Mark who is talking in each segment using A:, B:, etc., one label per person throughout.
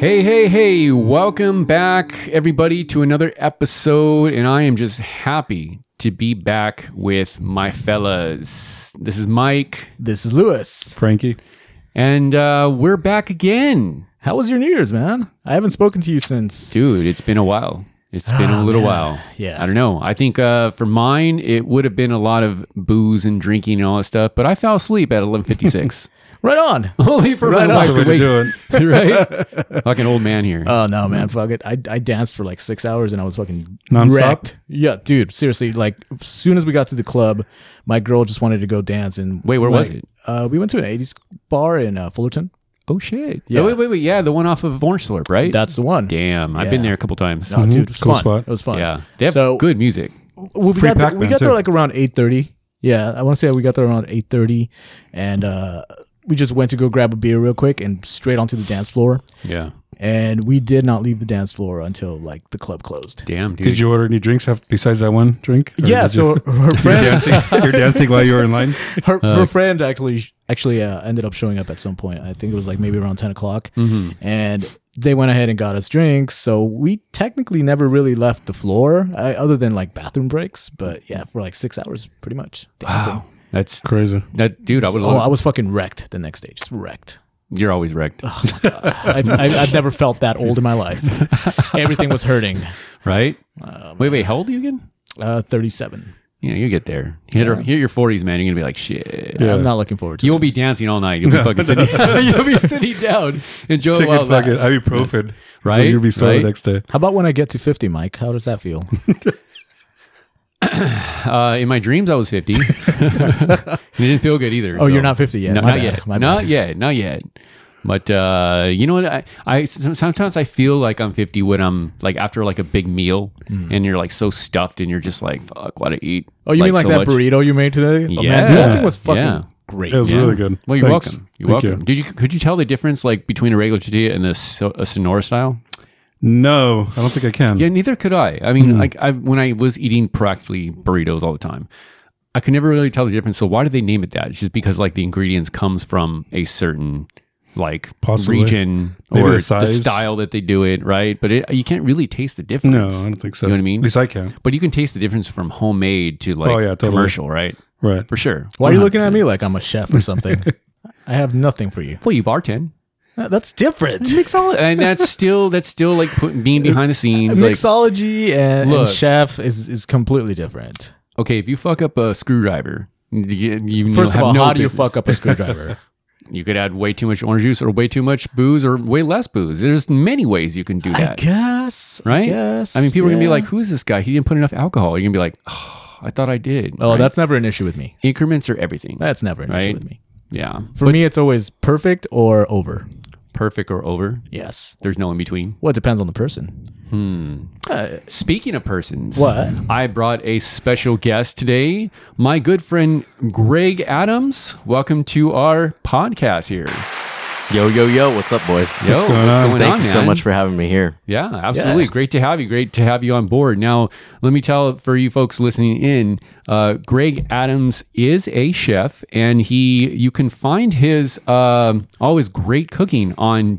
A: Hey, hey, hey, welcome back, everybody, to another episode. And I am just happy to be back with my fellas. This is Mike,
B: This is Lewis.
C: Frankie.
A: and uh, we're back again.
B: How was your New Year's, man? I haven't spoken to you since.
A: Dude, it's been a while. It's been a little while.
B: Ah, Yeah.
A: I don't know. I think uh, for mine, it would have been a lot of booze and drinking and all that stuff, but I fell asleep at 11.56.
B: Right on.
A: Only for
B: Right
A: my
B: on.
A: wife
C: That's the way
A: to
C: to
A: wake.
C: do it.
A: right? Fucking old man here.
B: Oh no, man, fuck it. I, I danced for like six hours and I was fucking
C: Nonstop?
B: wrecked. Yeah, dude, seriously. Like, as soon as we got to the club, my girl just wanted to go dance. And
A: Wait, where was
B: like,
A: it?
B: Uh, we went to an '80s bar in uh, Fullerton.
A: oh, shit.
B: Yeah.
A: Oh, wait, wait, wait. Yeah, the one off of Orange Slurp, right?
B: That's the one.
A: Damn, I've been there a couple times.
B: Oh, dude, it was
C: Mm-hmm. Cool
B: fun.
C: spot.
B: It was fun.
A: yeah, they have
B: So-
A: good music.
B: we, we
C: Free
B: got
C: pack
B: there, we
C: then,
B: got there
C: too.
B: like around eight thirty. Yeah, I want to say we got there around eight thirty, and uh, we just went to go grab a beer real quick and straight onto the dance floor.
A: Yeah,
B: And we did not leave the dance floor until like the club closed.
A: damn, dude.
C: Did you order any drinks af- besides that one drink? Or
B: yeah,
C: did you-
B: so her
C: you're
B: friend,
C: dancing, you're dancing while you were in line.
B: her, her friend actually actually uh, ended up showing up at some point. I think it was like maybe around ten o'clock, and they went ahead and got us drinks. So we technically never really left the floor, I, other than like bathroom breaks. But yeah, for like six hours, pretty much dancing.
A: Wow, that's
C: Crazy.
A: that dude. I would.
B: Oh,
A: Love,
B: I was fucking wrecked the next day. Just wrecked.
A: you're always wrecked,
B: I've, I've, I've never felt that old in my life. Everything was hurting.
A: right? wait, wait. How old are you again?
B: Uh, 37.
A: Yeah, you get there. Hit, her, hit your 40s, man. You're gonna be like, shit.
C: Yeah.
B: I'm not looking forward to
A: You'll be dancing all night. You'll be fucking sitting. you'll be sitting down. Enjoy
C: Take
A: while
C: it,
A: it
C: fuck it.
A: lasts.
C: Ibuprofen. So
A: Right?
C: you'll be sore
A: Right?
C: the next day.
B: it. How about when I get to 50, Mike? How does that feel?
A: Uh, in my dreams, I was 50. and it didn't feel good either.
B: Oh,
A: so-
B: you're not 50 yet.
A: No,
B: My
A: not
B: bad.
A: yet.
B: My
A: not
B: bad.
A: yet. Not yet. But uh, you know what? I, I s- sometimes I feel like I'm 50 when I'm like after like a big meal and you're like so stuffed and you're just like fuck what I eat.
B: Mm. Oh, you mean like
A: so
B: that
A: much.
B: burrito you made today? Oh, man, dude,
A: Yeah.
B: that thing was fucking
A: Yeah.
B: great.
C: It was
A: Yeah.
C: really good.
A: Well, you're
C: Thanks.
A: welcome. You're
C: Thank
A: welcome.
C: you.
A: Did you could you tell the difference like between a regular tortilla and the so, a Sonora style?
C: No, I don't think I can.
A: Yeah, neither could I. I
C: Hmm.
A: mean, like I when I was eating practically burritos all the time, I could never really tell the difference. So why did they name it that? It's just because like the ingredients comes from a certain like
C: Possibly.
A: region
C: Maybe
A: or
C: the
A: the,
C: size.
A: style that they do it, right? But it, you can't really taste the difference.
C: No, I don't think so.
A: You know what I mean?
C: At least I can.
A: But you can taste the difference from homemade to like
C: Oh, yeah, totally.
A: commercial, right?
C: Right.
A: For sure.
B: Why are you looking
A: 100%.
B: at me like I'm a chef or something? I have nothing for you.
A: Well, you bartend.
B: Uh, That's different.
A: Mixology, and that's still that's still like put, being behind the scenes. like,
B: Mixology and, and
A: Look.
B: chef is, is completely different.
A: okay, if you fuck up a screwdriver, you, you
B: First of
A: have
B: all,
A: no
B: how do you
A: business.
B: fuck up a screwdriver?
A: You could add way too much orange juice or way too much booze or way less booze. There's many ways you can do
B: I
A: that,
B: guess.
A: right?
B: I guess.
A: I mean, people are gonna be
B: yeah.
A: like, "Who is this guy? He didn't put enough alcohol." You're gonna be like, oh, "I thought I did."
B: Oh,
A: right?
B: that's never an issue with me.
A: increments are everything.
B: That's never an issue
A: Right?
B: with me.
A: yeah,
B: For me, it's always perfect or over.
A: perfect or over.
B: Yes.
A: There's no in between.
B: Well, it depends on the person.
A: Speaking of persons,
B: What?
A: I brought a special guest today, my good friend Greg Adams. Welcome to our podcast here.
D: Yo, yo, yo, what's up, boys?
A: Yo, what's going on?
D: Thank you so
A: man?
D: much for having me here.
A: Yeah, absolutely. Great to have you. Great to have you on board. Now, let me tell for you folks listening in, uh, Greg Adams is a chef, and he you can find his um always great cooking on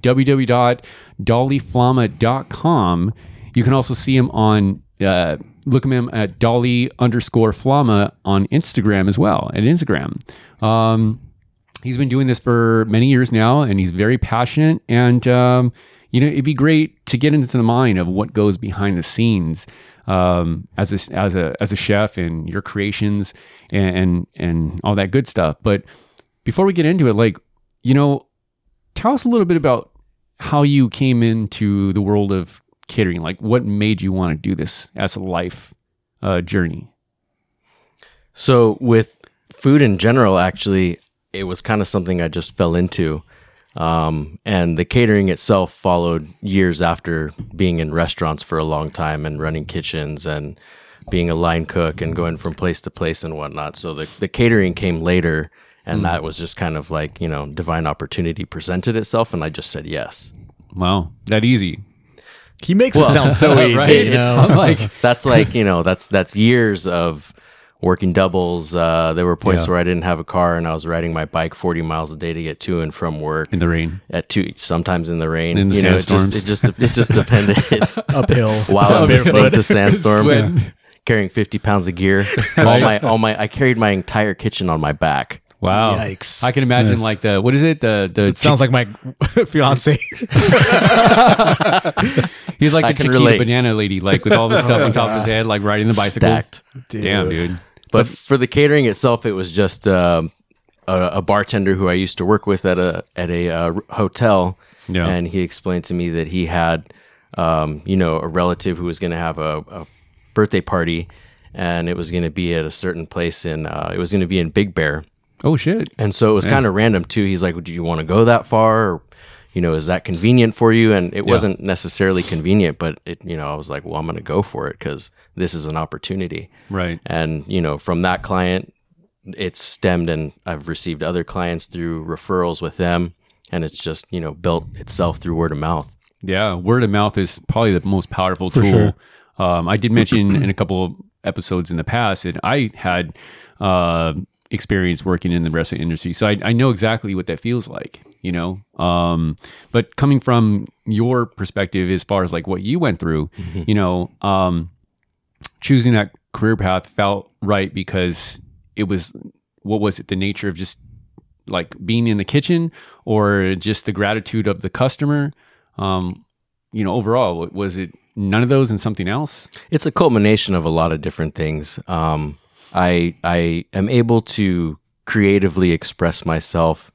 A: www.dollyflama.com. You can also see him on uh, look him at dolly underscore flama on Instagram as well at Instagram. Um, he's been doing this for many years now and he's very passionate and um, you know it'd be great to get into the mind of what goes behind the scenes um, as a as a as a chef and your creations and and, and all that good stuff but before we get into it like you know tell us a little bit about how you came into the world of catering like what made you want to do this as a life uh, journey
D: So, with food in general, actually, it was kind of something I just fell into. Um, and the catering itself followed years after being in restaurants for a long time and running kitchens and being a line cook and going from place to place and whatnot. So, the, the catering came later.
A: Hmm.
D: And that was just kind of like, you know, divine opportunity presented itself. And I just said yes.
A: wow that easy
B: He makes it sound so easy.
D: right?
B: you
D: It's-
B: know?
A: i'm like
D: that's like you know that's that's years of working doubles. Uh, there were points where I didn't have a car and I was riding my bike 40 miles a day to get to and from work.
A: in the rain.
D: at two, sometimes in the rain,
A: In the
D: you know, it just,
A: sandstorms.
D: it just it just depended.
B: uphill.
D: While I'm listening
B: Barefoot.
D: to Sandstorm,
A: Sweating.
D: carrying 50 pounds of gear, all my all my I carried my entire kitchen on my back.
A: Wow.
B: Yikes.
A: I can imagine like the what is it? The the
B: It sounds like my fiance.
A: he's like
D: I
A: the
D: can
A: Chiquita
D: relate.
A: banana lady, like with all the stuff on top of his head, like riding the bicycle.
D: Stacked.
A: Damn, dude.
D: But for the catering itself, it was just um a, a bartender who I used to work with at a at a uh, hotel,
A: Yeah.
D: and he explained to me that he had, um, you know, a relative who was going to have a, a birthday party, and it was going to be at a certain place in uh, it was going to be in Big Bear,
A: Oh shit.
D: And so it was kind of random too. He's like, "Do you want to go that far? Or, you know, is that convenient for you?" And it wasn't necessarily convenient, but it, you know, I was like, "Well, I'm going to go for it because this is an opportunity."
A: Right.
D: And you know, from that client, it's stemmed, and I've received other clients through referrals with them, and it's just you know built itself through word of mouth.
A: Yeah, word of mouth is probably the most powerful tool.
C: sure.
A: Um, I did mention in a couple of episodes in the past that I had uh, experience working in the wrestling industry, so I, I know exactly what that feels like. You know, um, but coming from your perspective, as far as like what you went through, you know, um, choosing that career path felt right because it was what was it the nature of just like being in the kitchen or just the gratitude of the customer um you know overall wa- was it none of those and something else
D: It's a culmination of a lot of different things. Um, I I am able to creatively express myself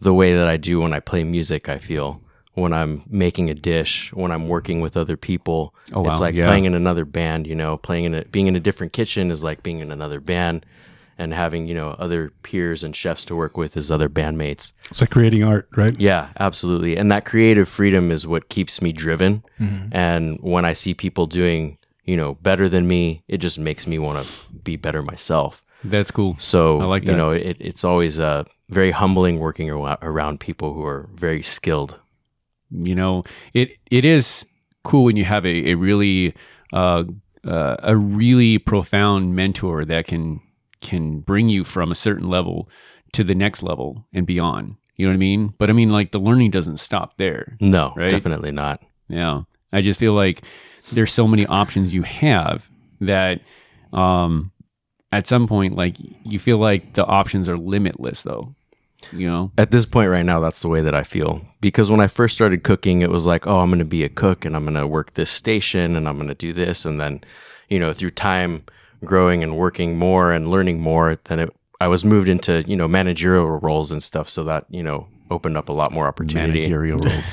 D: the way that I do when I play music. I feel when I'm making a dish, when I'm working with other people.
A: Oh,
D: It's
A: wow.
D: like
A: Yeah.
D: playing in another band. You know, playing in a, being in a different kitchen is like being in another band, and having you know other peers and chefs to work with as other bandmates.
C: It's like creating art, right?
D: Yeah, absolutely. And that creative freedom is what keeps me driven.
A: Mm-hmm.
D: And when I see people doing, you know, better than me, it just makes me want to be better myself.
A: that's cool
D: So,
A: I like
D: you
A: that.
D: know, it, it's always uh, very humbling working ar- around people who are very skilled.
A: you know it it is cool when you have a, a really uh, uh, a really profound mentor that can can bring you from a certain level to the next level and beyond you know what i mean but i mean like the learning doesn't stop there
D: No,
A: Right.
D: definitely not.
A: Yeah. I just feel like there's so many options you have that um at some point like you feel like the options are limitless though. You know?
D: At this point right now, that's the way that I feel. Because when I first started cooking, it was like, oh, I'm going to be a cook and I'm going to work this station and I'm going to do this. And then, you know, through time growing and working more and learning more, then it, I was moved into, you know, managerial roles and stuff. So that, you know, opened up a lot more opportunity.
A: Managerial roles.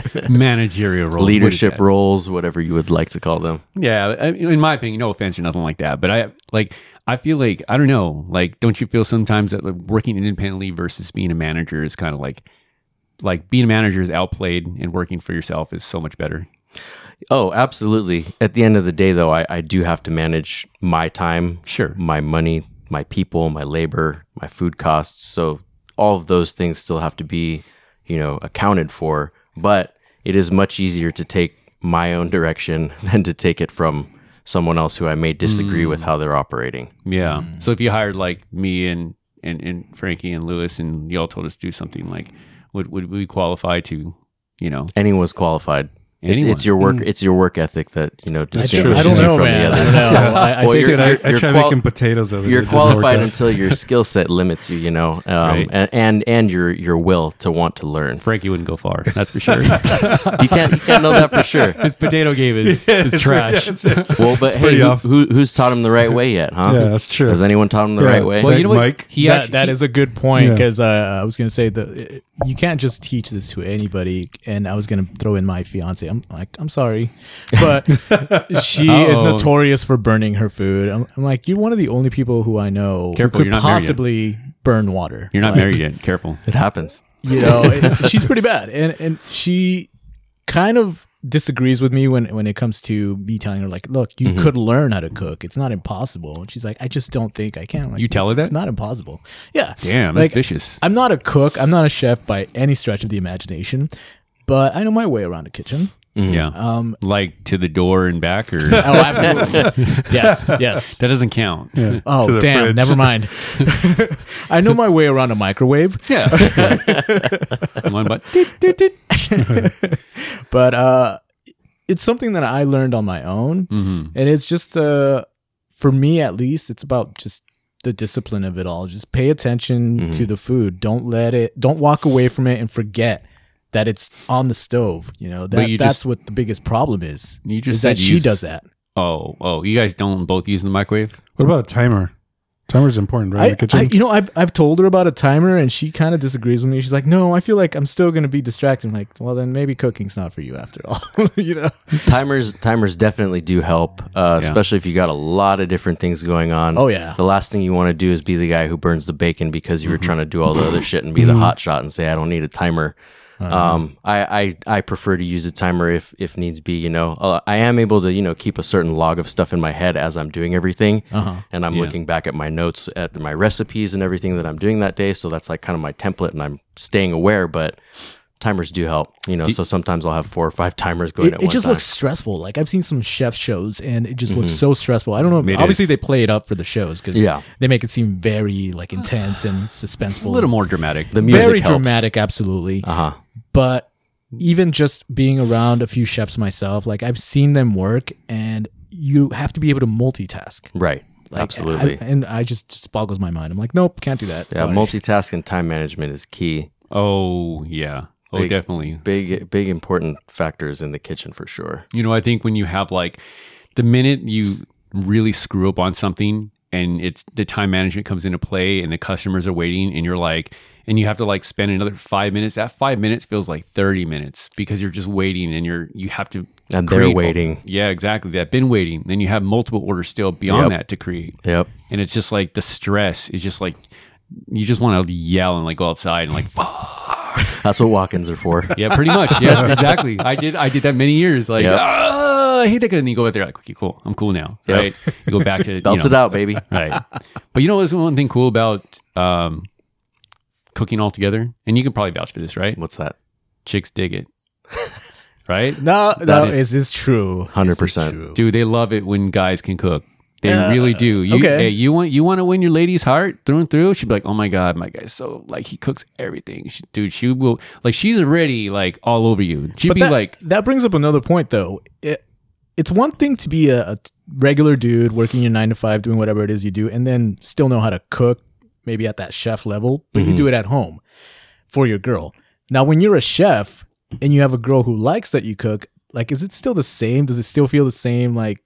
A: Managerial roles. What is
D: Leadership
A: that?
D: roles, whatever you would like to call them.
A: Yeah, I- in my opinion, no offense or nothing like that, but I like I feel like I don't know, like don't you feel sometimes that like, working independently versus being a manager is kind of like like being a manager is outplayed and working for yourself is so much better.
D: Oh, absolutely. At the end of the day, though, I, I do have to manage my time,
A: Sure.
D: my money, my people, my labor, my food costs. So all of those things still have to be, you know, accounted for. But it is much easier to take my own direction than to take it from someone else who I may disagree
B: Mm.
D: with how they're operating.
A: Yeah. So if you hired like me and, and and Frankie and Lewis and y'all told us to do something like would would we qualify to, you know,
D: Anyone's qualified. It's,
A: Anyone.
D: it's your work. It's your work ethic that you know
B: I don't,
D: distinguishes
B: Mm. I don't
D: you
B: know,
D: from
B: man.
D: the
B: I
D: others.
B: don't know. I, I
D: Well,
B: think
D: you're-
C: Dude, I, I
D: you're
C: try
D: qual-
C: making potatoes of it.
D: you're
C: It doesn't work
D: qualified
C: out.
D: until your skill set limits you, you know, um,
A: Right.
D: and, and and your your will to want to learn.
A: Frankie wouldn't go far. That's for sure.
D: You can't you can't know that for sure.
A: His potato game is, is trash.
D: Well, but hey,
C: pretty
D: who,
C: off.
D: who, who's taught him the right way yet, huh?
C: Yeah, that's true.
D: Has anyone taught him the
C: Yeah.
D: right way?
C: Well, you-
A: know what?
C: Mike.
A: He
B: that,
A: actually-
B: that is a good point
C: Yeah.
B: because uh, I was going to say that uh, you can't just teach this to anybody, and I was going to throw in my fiance. I'm like, I'm sorry, but she is
A: Uh-oh.
B: notorious for burning her food. I'm, I'm like, you're one of the only people who I know
A: Careful,
B: who
A: you're
B: could
A: not married yet.
B: possibly burn water.
A: You're not
B: Like,
A: married yet. Careful.
D: it happens.
B: you know it- she's pretty bad and and she kind of disagrees with me when when it comes to me telling her like look you
A: Mm-hmm.
B: could learn how to cook it's not impossible and she's like i just don't think i can I'm like,
A: You tell her
B: "It's- it's
A: that?
B: not impossible yeah
A: Damn, that's
B: Like,
A: vicious.
B: i'm not a cook i'm not a chef by any stretch of the imagination but i know my way around a kitchen
A: Yeah.
B: Um,
A: like to the door and back, or
B: oh, absolutely. yes, yes.
A: that doesn't count. Yeah.
C: To
B: Oh,
C: the
B: damn.
C: fridge.
B: Never mind. I know my way around a microwave,
A: One but doot, doot, doot.
B: but uh, it's something that I learned on my own.
A: Mhm.
B: And it's just, uh, for me at least, it's about just the discipline of it all. Just pay attention
A: Mm-hmm.
B: to the food. Don't let it, don't walk away from it and forget that it's on the stove. You know, that,
A: you
B: that's
A: just-
B: what the biggest problem is.
A: You just
B: is that
A: said you
B: she
A: s-
B: does that.
A: Oh, oh, you guys don't both use the microwave.
C: What about a timer? Timer's important, right? in
B: I,
C: the kitchen.
B: I- you know, I've I've told her about a timer, and she kind of disagrees with me. She's like, "No, I feel like I'm still going to be distracted." I'm like, well, then maybe cooking's not for you after all. you know?
D: timers timers definitely do help, uh, especially if you got a lot of different things going on.
B: Oh, yeah. Mm-hmm.
D: The last thing you want to do is be the guy who burns the bacon because you were trying to do all the other shit and be the hot shot and say I don't need a timer.
B: Uh-huh.
D: Um, I, I I prefer to use a timer if if needs be. You know, uh, I am able to you know keep a certain log of stuff in my head as I'm doing everything,
B: Uh-huh.
D: and I'm looking back at my notes at my recipes and everything that I'm doing that day. So that's like kind of my template, and I'm staying aware, but. Timers do help, you know. so sometimes I'll have four or five timers going
B: It,
D: at
B: it
D: one
B: just
D: time. Mm-hmm.
B: looks stressful. Like I've seen some chef shows, and it just looks so stressful. I don't know.
A: It
B: obviously,
A: is.
B: they play it up for the shows because
D: Yeah.
B: they make it seem very like intense and suspenseful.
A: A little more dramatic.
D: The music
B: very
D: helps.
B: dramatic, absolutely.
D: Uh huh.
B: but even just being around a few chefs myself, like I've seen them work, and you have to be able to multitask.
D: Right.
B: Like,
D: Absolutely.
B: I- and I just, just boggles my mind. I'm like, nope, can't do that.
D: yeah.
B: Sorry.
D: Multitask and time management is key.
A: oh yeah. Oh,
D: Big-
A: definitely.
D: Big, big important factors in the kitchen for sure.
A: You know, I think when you have like the minute you really screw up on something and it's the time management comes into play and the customers are waiting and you're like and you have to like spend another five minutes, that five minutes feels like thirty minutes because you're just waiting and you're you have to
D: And they're
A: create mul-
D: waiting.
A: Yeah, exactly. They've been waiting. Then you have multiple orders still beyond that to create.
D: Yep.
A: And it's just like the stress is just like you just want to yell and like go outside and like
D: That's what walk-ins are for.
A: yeah, pretty much. Yeah, exactly. I did. I did that many years. Like,
D: Yep.
A: ah, I hate that. guy." And you go out there like, okay, cool. I'm cool now.
D: Yep.
A: Right. You go back to you
D: Belt
A: know,
D: it out, baby.
A: Right. But you know what's one thing cool about um, cooking all together, and you can probably vouch for this, right?
D: What's that?
A: Chicks dig it. Right,
B: No, no,
D: is-
B: is this true?
D: 100%.
B: Is this true?
A: dude. They love it when guys can cook. They
B: Uh,
A: really do. You,
B: okay.
A: hey, you want you want to win your lady's heart through and through. She'd be like, "Oh my god, my guy's so like he cooks everything, she, dude. She will like she's already like all over you. She'd
B: But
A: be
B: that,
A: like,
B: that brings up another point, though. It, it's one thing to be a, a t- regular dude working your nine to five, doing whatever it is you do, and then still know how to cook, maybe at that chef level, but you do it at home for your girl. Now, when you're a chef and you have a girl who likes that you cook, like, is it still the same? Does it still feel the same? Like,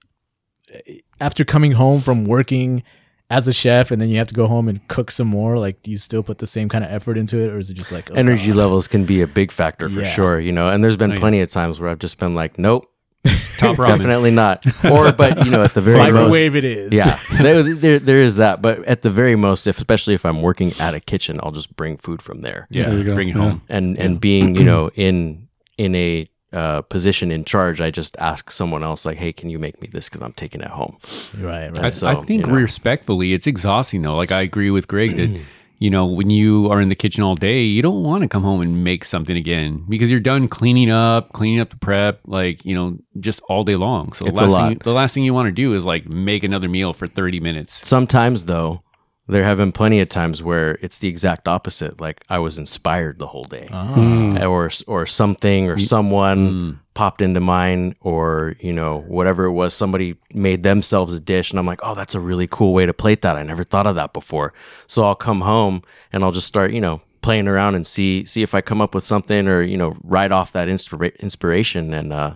B: eh, after coming home from working as a chef and then you have to go home and cook some more, like, do you still put the same kind of effort into it, or is it just like oh,
D: Energy levels can be a big factor for
B: Yeah.
D: sure. You know, and there's been
A: yeah.
D: plenty of times where I've just been like, nope,
A: top ramen.
D: definitely not. Or, but you know, at the very most,
B: microwave it is?
D: Yeah, there, there, there is that. But at the very most, if, especially if I'm working at a kitchen, I'll just bring food from there.
A: Yeah,
C: There you go.
A: bring it
C: Yeah.
A: home.
D: and and being you know in in a uh, position in charge, I just ask someone else like, "Hey, can you make me this? Because I'm taking it home."
B: Right, right.
A: I,
D: So,
A: I think
D: you know.
A: respectfully, it's exhausting though. Like I agree with Greg that you know when you are in the kitchen all day, you don't want to come home and make something again because you're done cleaning up, cleaning up the prep, like you know, just all day long. So
D: It's a
A: the last
D: lot.
A: Thing, the last thing you want to do is like make another meal for thirty minutes.
D: Sometimes though, there have been plenty of times where it's the exact opposite. Like I was inspired the whole day,
B: Uh-huh.
D: Uh, or or something or someone popped into mind, or you know whatever it was. Somebody made themselves a dish, and I'm like, "Oh, that's a really cool way to plate that. I never thought of that before." So I'll come home and I'll just start, you know, playing around and see see if I come up with something or you know write off that inspira- inspiration and uh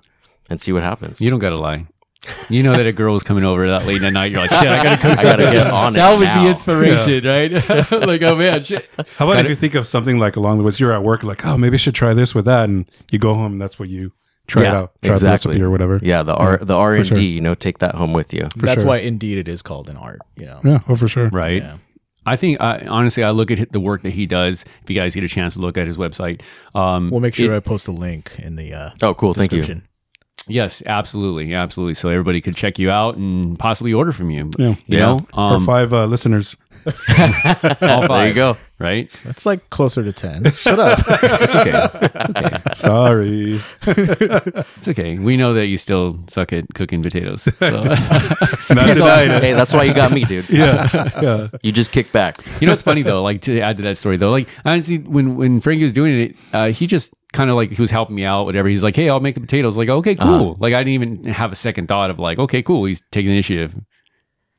D: and see what happens.
A: You don't gotta lie. You know that a girl was coming over that late at night. You're like, shit, I gotta cook
D: I gotta
A: something.
D: get on it.
A: That was
D: now.
A: the inspiration, right? like, oh man, shit.
C: How about if you think of something like along the ways you're at work, like, oh, maybe I should try this with that, and you go home, and that's what you try it
D: Yeah,
C: out, try the
D: exactly.
C: recipe or whatever.
D: Yeah, the R the R and
C: sure.
D: D, you know, take that home with you.
B: That's
C: sure.
B: why indeed it is called an art. You know.
C: yeah, oh for sure.
A: right?
B: Yeah.
A: I think I, honestly, I look at the work that he does. If you guys get a chance to look at his website, um,
B: We'll make sure
A: it-
B: I post a link in the uh,
D: Oh, cool. Thank you.
B: description.
A: yes, absolutely, absolutely. So everybody could check you out and possibly order from you.
C: Yeah.
A: you know,
C: Our
A: um,
C: five uh, listeners
A: All five.
D: There you go.
A: Right?
B: That's like closer to 10. Shut up.
A: It's okay. It's okay.
C: Sorry.
A: It's okay. We know that you still suck at cooking potatoes. So.
C: Not denied
D: Hey,
C: it.
D: that's why you got me, dude.
C: Yeah. Yeah.
D: You just kick back.
A: you know, it's funny though. Like to add to that story though, like honestly, when when Frankie was doing it, uh, he just kind of like he was helping me out, whatever. He's like, "Hey, I'll make the potatoes." Like, okay,
B: Uh-huh.
A: cool. Like I didn't even have a second thought of like, okay, cool. He's taking the initiative,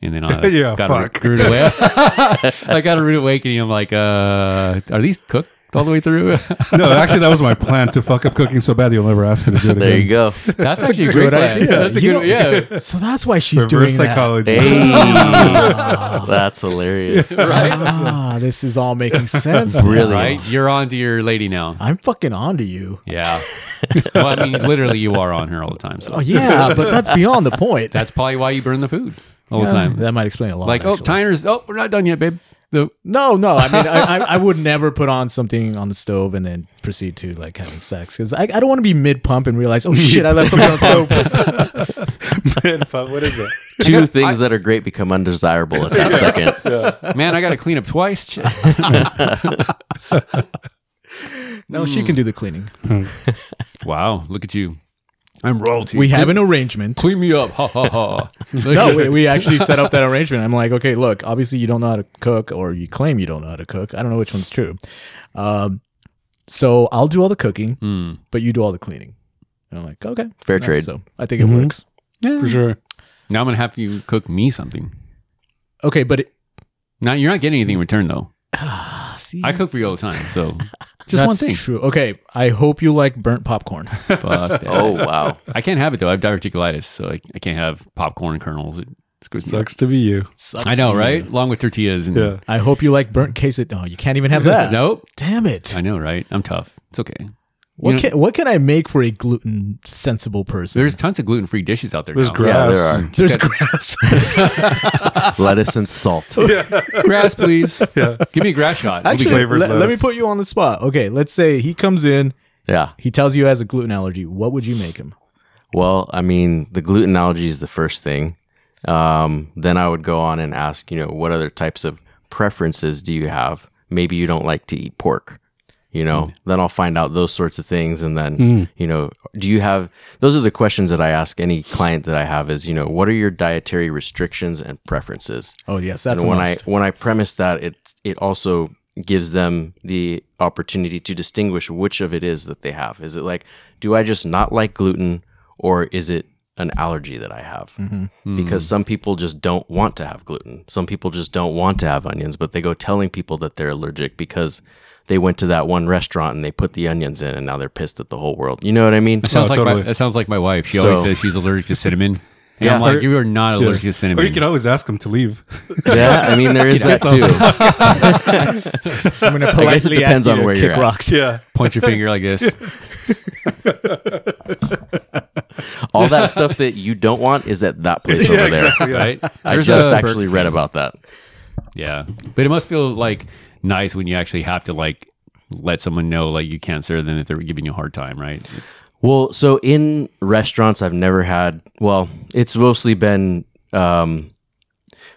A: and then I
C: Yeah,
A: got
C: fuck.
A: A rude away. I got a rude awakening. I'm like, uh, are these cooked all the way through?
C: No, actually, that was my plan to fuck up cooking so bad you'll never ask me to do it again.
D: There you go.
A: That's, actually a great plan.
B: idea.
A: That's a
B: You
A: good.
B: know-
A: Yeah,
B: so that's why she's
C: Reverse
B: doing that.
C: psychology.
D: Hey, that's hilarious.
B: Ah, this is all making sense.
D: Brilliant.
A: right. You're on to your lady now.
B: I'm fucking on to you.
A: Yeah. well, I mean, literally, you are on her all the time. So
B: Oh, yeah, but that's beyond the point.
A: that's probably why you burn the food all the time.
B: That might explain a lot.
A: like, oh,
B: actually.
A: Tiner's. Oh, we're not done yet, babe. The,
B: No, no. I mean, I, I, I would never put on something on the stove and then proceed to like having sex because I, I don't want to be mid pump and realize, oh shit, I left something on the stove.
C: what is it?
D: Two things that are great become undesirable at that second.
A: man, I got to clean up twice.
B: No, she can do the cleaning.
A: wow, look at you. I'm royalty.
B: We have an arrangement.
A: clean me up. Ha ha ha.
B: No, we, we actually set up that arrangement. I'm like, okay, look, obviously you don't know how to cook, or you claim you don't know how to cook. I don't know which one's true. Um, so I'll do all the cooking,
A: Hmm.
B: but you do all the cleaning. And I'm like, okay,
D: Fair
B: nice.
D: trade.
B: So I think it
A: Mm-hmm.
B: works.
C: For sure.
A: Now I'm gonna have you cook me something.
B: Okay, but it, ah,
A: Now you're not getting anything in return though.
B: see,
A: I cook for you all the time, so just
B: that's
A: one thing.
B: True. Okay, I hope you like burnt popcorn.
A: Fuck that.
D: Oh wow.
A: I can't have it though. I have diverticulitis, so I, I can't have popcorn kernels. It screws me. up.
C: Sucks to be you.
B: Sucks
A: I know,
B: for you.
A: right? Along with tortillas. And,
C: Yeah.
B: I hope you like burnt quesadilla. No, you can't even have that.
A: Nope.
B: Damn it.
A: I know, right? I'm tough. It's okay.
B: What
A: know-
B: can what can I make for a gluten sensible person?
A: There's tons of gluten free dishes out there.
C: There's
A: now.
D: Yeah,
C: grass.
D: there are
B: There's, grass.
D: lettuce and salt.
A: grass, please. Give me a grass shot. We'll be
B: Actually,
A: good.
C: flavored
B: let, let me
C: lettuce.
B: put you on the spot. Okay, let's say he comes in,
D: Yeah.
B: he tells you he has a gluten allergy. What would you make him?
D: Well, I mean, the gluten allergy is the first thing. Um, then I would go on and ask, you know, what other types of preferences do you have? Maybe you don't like to eat pork, you know? Then I'll find out those sorts of things. And then, you know, do you have those are the questions that I ask any client that I have is, you know, what are your dietary restrictions and preferences?
B: Oh yes, that's
D: and
B: a
D: when
B: must.
D: I when I premise that, it it also gives them the opportunity to distinguish which of it is that they have. Is it like, do I just not like gluten, or is it an allergy that I have?
B: Mm-hmm.
A: Hmm.
D: Because some people just don't want to have gluten. Some people just don't want to have onions, but they go telling people that they're allergic because they went to that one restaurant and they put the onions in, and now they're pissed at the whole world. You know what I mean?
A: Sounds
C: Oh,
A: like
C: totally.
A: my, that sounds like my wife. She always
D: So-
A: says she's allergic to cinnamon. And
D: Yeah.
A: I'm like,
D: Or-
A: you are not allergic to
C: Or
A: cinnamon.
C: you can always ask him to leave.
D: yeah, I mean there is that too.
B: I'm gonna
D: I guess it
B: politely ask
D: depends
B: you
D: on
B: to
D: where
B: kick
D: you're at.
B: rocks.
C: Yeah.
A: Point your finger like this.
D: All that stuff that you don't want is at that place over there.
A: Right?
D: I
A: There's
D: just
A: a-
D: actually read about that.
A: Yeah. But it must feel like nice when you actually have to like let someone know like you can't serve them if they're giving you a hard time, right? It's
D: Well, so in restaurants, I've never had. Well, it's mostly been um,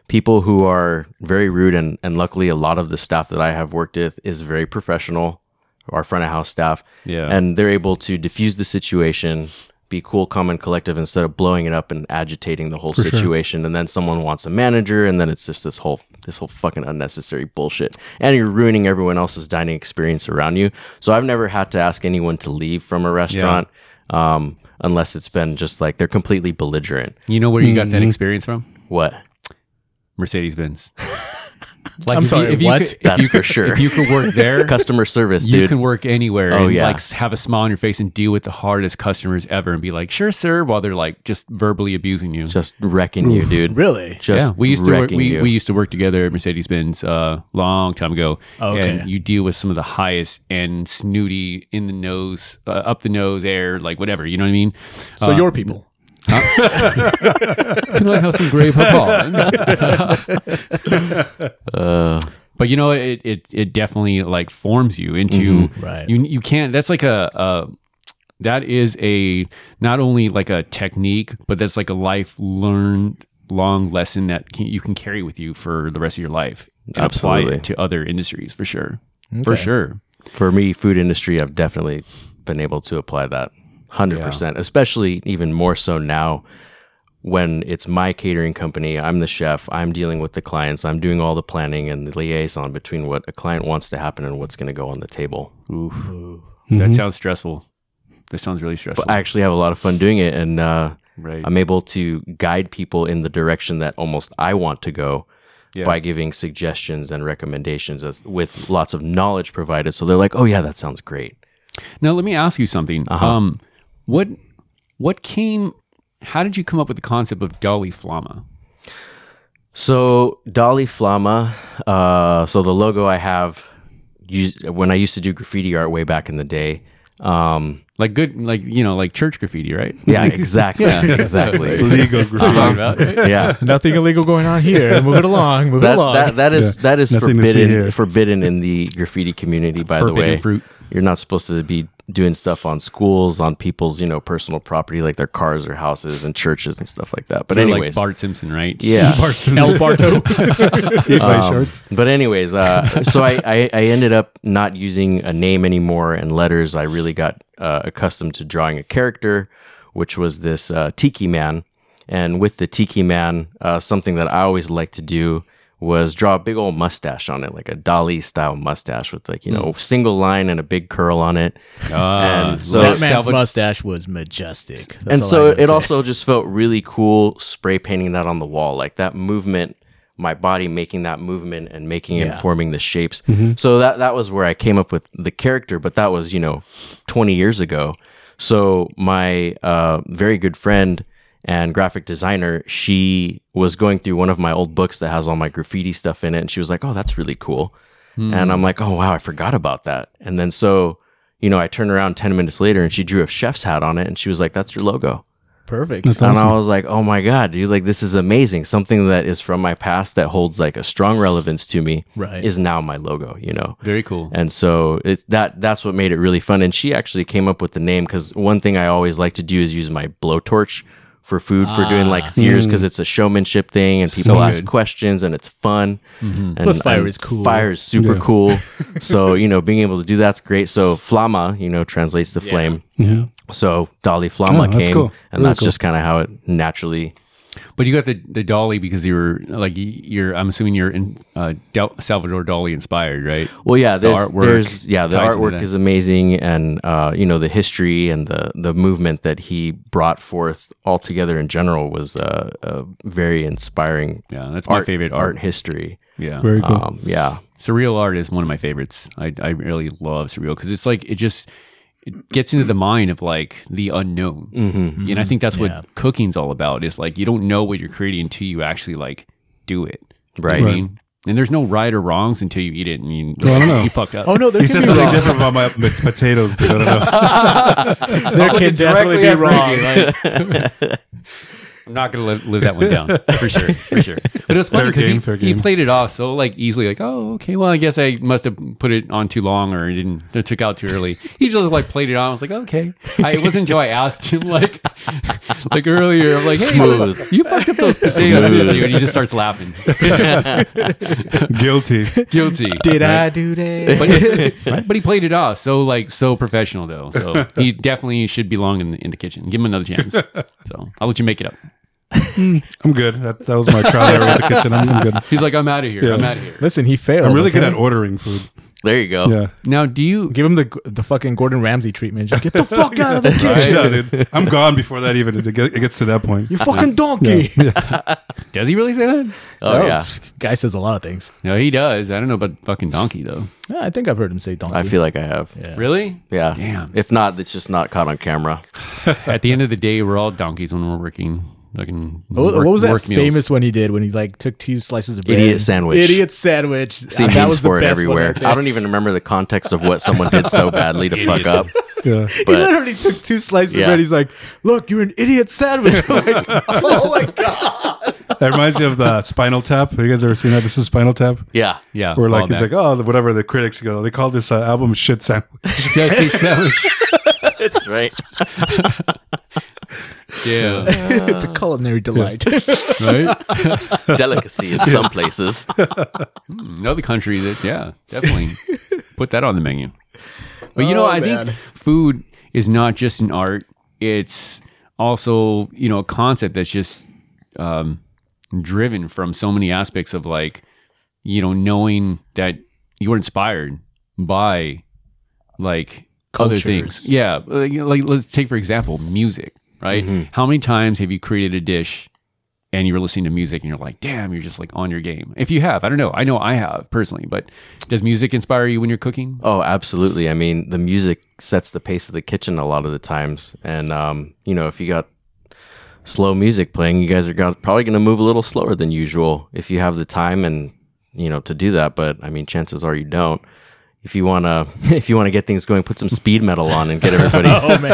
D: people who are very rude, and and luckily, a lot of the staff that I have worked with is very professional. Our front of house staff,
A: Yeah.
D: and they're able to diffuse the situation, be cool, calm, and collective instead of blowing it up and agitating the whole situation. And then someone wants a manager, and then it's just this whole this whole fucking unnecessary bullshit, and you're ruining everyone else's dining experience around you. So I've never had to ask anyone to leave from a restaurant. Um, unless it's been just like they're completely belligerent.
A: you know where you got that experience from?
D: What?
A: Mercedes Benz. Like
B: I'm sorry, what?
A: could- if
D: That's
A: you
D: for
A: could-
D: sure.
A: If you could work there,
D: Customer service,
A: you
D: dude.
A: can work anywhere
D: Oh,
A: and
D: yeah.
A: like s- have a smile on your face and deal with the hardest customers ever and be like, sure, sir, while they're like just verbally abusing you.
D: just wrecking you, dude.
B: Really?
D: Just
A: yeah, we used to work,
D: wrecking
A: we,
D: you.
A: we used to work together at Mercedes Benz a uh, long time ago.
B: Okay.
A: And you deal with some of the highest and snooty in the nose, uh, up the nose air, like whatever. You know what I mean?
B: So your people.
A: Can I have some gray popcorn? Uh, But you know, it, it it definitely like forms you into
D: Mm-hmm.
B: Right.
A: you you can't. That's like a. a that is a not only like a technique, but that's like a life learned long lesson that can, you can carry with you for the rest of your life and apply
D: Absolutely.
A: it to other industries for sure. For sure.
D: for me, food industry, I've definitely been able to apply that 100%, especially even more so now when it's my catering company. I'm the chef, I'm dealing with the clients, I'm doing all the planning and the liaison between what a client wants to happen and what's going to go on the table.
A: Oof. That sounds stressful. That sounds really stressful.
D: Mm-hmm. But I actually have a lot of fun doing it. And uh,
A: right.
D: I'm able to guide people in the direction that almost I want to go
A: Yeah.
D: by giving suggestions and recommendations as, with lots of knowledge provided. So they're like, oh, yeah, that sounds great.
A: Now let me ask you something.
D: Uh-huh.
A: Um, what what came? How did you come up with the concept of Dolly Flama?
D: So Dolly Flama, uh, so the logo I have us- when I used to do graffiti art way back in the day. Um,
A: Like good, like you know, like church graffiti, right?
D: yeah, exactly, exactly.
C: Legal graffiti.
A: Uh-huh.
D: Yeah,
B: Nothing illegal going on here. Move it along. Move it
D: that,
B: along.
D: that, that is that is
C: nothing to see
D: forbidden
C: here.
D: forbidden in the graffiti community. By
A: Forbidden
D: the way,
A: fruit.
D: you're not supposed to be doing stuff on schools, on people's you know personal property like their cars or houses and churches and stuff like that. But
A: They're like
D: anyways,
A: Bart Simpson, right?
D: yeah,
A: El Barto.
C: Eight by shorts.
D: Um, But anyways, uh, so I, I I ended up not using a name anymore and letters. I really got uh, accustomed to drawing a character, which was this uh, tiki man. And with the tiki man, uh, something that I always liked to do was draw a big old mustache on it, like a Dali style mustache with like you know single line and a big curl on it. and so
B: That man's
A: Salva-
B: mustache was majestic. That's
D: and
B: all I
D: so
B: gotta
D: it
B: say.
D: also just felt really cool spray painting that on the wall like that movement my body making that movement and making and forming the shapes
B: Mm-hmm.
D: so that that was where i came up with the character but that was you know 20 years ago so my uh, very good friend and graphic designer she was going through one of my old books that has all my graffiti stuff in it and she was like oh that's really cool and i'm like oh wow i forgot about that and then so you know, I turned around 10 minutes later and she drew a chef's hat on it and she was like, that's your logo.
B: perfect.
D: And I was like, oh my God, dude, like this is amazing. Something that is from my past that holds like a strong relevance to me
B: Right.
D: is now my logo, you know?
A: Very cool.
C: Mm-hmm.
D: And so it's that that's what made it really fun. And she actually came up with the name because one thing I always like to do is use my blowtorch for food for doing
C: Ah.
D: like
C: Mm.
D: sears because it's a showmanship thing and people ask questions and it's fun.
C: Mm-hmm.
D: And
B: Plus fire
D: I'm-
B: is cool.
D: Fire is super cool. so you know, being able to do that's great. So flama, you know, translates to flame.
C: Yeah.
D: So Dali Flama
C: Oh, that's
D: came,
C: cool.
D: and
C: Really
D: that's just kind of how it naturally.
A: But you got the the Dolly because you were like y- you're. I'm assuming you're in uh, Del- Salvador Dali inspired, right?
D: Well, yeah, there's,
A: artwork
D: there's yeah, the
A: ties into
D: artwork
A: that.
D: is amazing, and uh, you know the history and the the movement that he brought forth altogether in general was uh, a very inspiring
A: Yeah, that's my favorite art.
D: art history.
A: Yeah,
C: Very cool.
D: Um, yeah,
A: surreal art is one of my favorites. I, I really love surreal because it's like it just it gets into the mind of like the unknown, mm-hmm. and I think that's what cooking's all about. Is like you don't know what you're creating until you actually like do it. You
D: right.
A: know what I mean? And there's no right or wrongs until you eat it and you,
C: Well, I don't know.
A: you fuck up.
B: Oh no, there
C: He
B: can
C: said
B: be
C: something
B: wrong.
C: different about my my potatoes. dude. I don't know.
B: There can definitely be wrong.
A: I'm not gonna live, live that one down for sure, for sure. But it was funny
C: Fair
A: because
C: game, fair
A: he, he
C: game.
A: played it off so like easily, like oh okay, well I guess I must have put it on too long or didn't it took out too early. He just like played it on. I was like okay. I, it wasn't until I asked him like like earlier. I'm like hey,
D: Smooth.
A: You fucked up those potatoes, didn't you? And he just starts laughing.
C: Guilty.
A: Guilty.
B: Did I do that?
A: But, right? but he played it off so like so professional though. So he definitely should belong in the, in the kitchen. Give him another chance. So I'll let you make it up.
C: I'm good. That, that was my trial error with the kitchen. I'm, I'm good.
A: He's like I'm out of here. I'm out of here.
B: Listen, he failed.
C: I'm really
B: okay?
C: good at ordering food.
D: There you
A: Oh.
D: go.
C: Yeah.
A: Now do you?
B: Give him the the fucking Gordon Ramsay treatment. Just get the fuck out of the kitchen.
C: No, dude, I'm gone before that even it get- it gets to that point.
B: You fucking donkey.
A: Does he really say that?
D: Oh
B: No,
D: yeah,
B: guy says a lot of things.
A: No, he does. I don't know about fucking donkey though.
B: Yeah, I think I've heard him say donkey.
D: I feel like I have.
A: Really?
D: Yeah.
A: Damn.
D: If not, it's just not caught on camera.
A: At the end of the day, we're all donkeys when we're working. Fucking.
B: Oh, What,
A: work-
B: what was that
A: work meals.
B: famous one he did when he like took two slices of bread?
D: Idiot sandwich.
B: Idiot sandwich.
D: See
B: that
D: memes
B: was the
D: for it
B: best
D: everywhere.
B: One
D: I
B: right
D: don't even remember the context of what someone did so badly to fuck up.
C: Yeah.
B: there.
D: but-
B: he literally took two slices
D: Yeah.
B: of bread. He's like, "Look, you're an idiot sandwich." I'm like, oh my god!
C: That reminds me of the Spinal Tap. Have you guys ever seen that? This is Spinal Tap.
D: Yeah.
A: Yeah.
C: Where like
A: all
C: he's
A: that.
C: like, oh, whatever the critics go, they call this uh, album shit sandwich.
B: "Oh,
A: That's it, that was-
D: That's right.
A: Yeah.
B: it's a culinary delight.
A: right?
D: Delicacy in some places.
A: Another country that, yeah, definitely put that on the menu. But you know,
B: Oh,
A: I
B: man.
A: think food is not just an art; it's also you know a concept that's just um, driven from so many aspects of like you know knowing that you were inspired by like other things.
B: Cultures.
A: Yeah, like, like, let's take for example music. Right?
B: Mm-hmm.
A: How many times have you created a dish? And you were listening to music, and you're like, "Damn, you're just like on your game." If you have, I don't know. I know I have personally, but does music inspire you when you're cooking?
D: Oh, absolutely. I mean, the music sets the pace of the kitchen a lot of the times. And, um, you know, if you got slow music playing, you guys are go- probably going to move a little slower than usual if you have the time and, you know, to do that. But I mean, chances are you don't. If you want to, if you want to get things going, put some speed metal on and get everybody,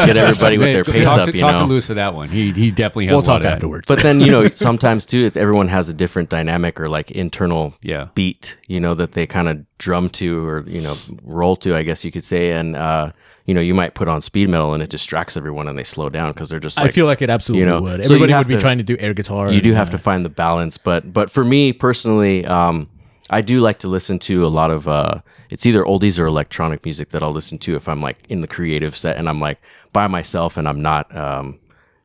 D: get everybody with
A: Hey,
D: their
A: Oh, go-
D: pace
A: talk
D: up,
A: To,
D: you
A: talk
D: know.
A: to Lewis for that one. He he definitely has. a
B: we'll
A: lot
B: talk
A: of that.
B: afterwards.
D: But then you know, sometimes too, if everyone has a different dynamic or like internal
A: Yeah.
D: beat, you know, that they kind of drum to or you know roll to, I guess you could say, and uh, you know, you might put on speed metal and it distracts everyone and they slow down because they're just.
B: I
D: Like,
B: feel like it absolutely
D: you know,
B: would.
D: so you
B: Everybody
D: have
B: would be
D: to-
B: trying to do air guitar.
D: you
B: and,
D: do have
B: uh,
D: to find the balance, but but for me personally, um, I do like to listen to a lot of uh, it's either oldies or electronic music that I'll listen to if I'm like in the creative set and I'm like by myself and I'm not, um,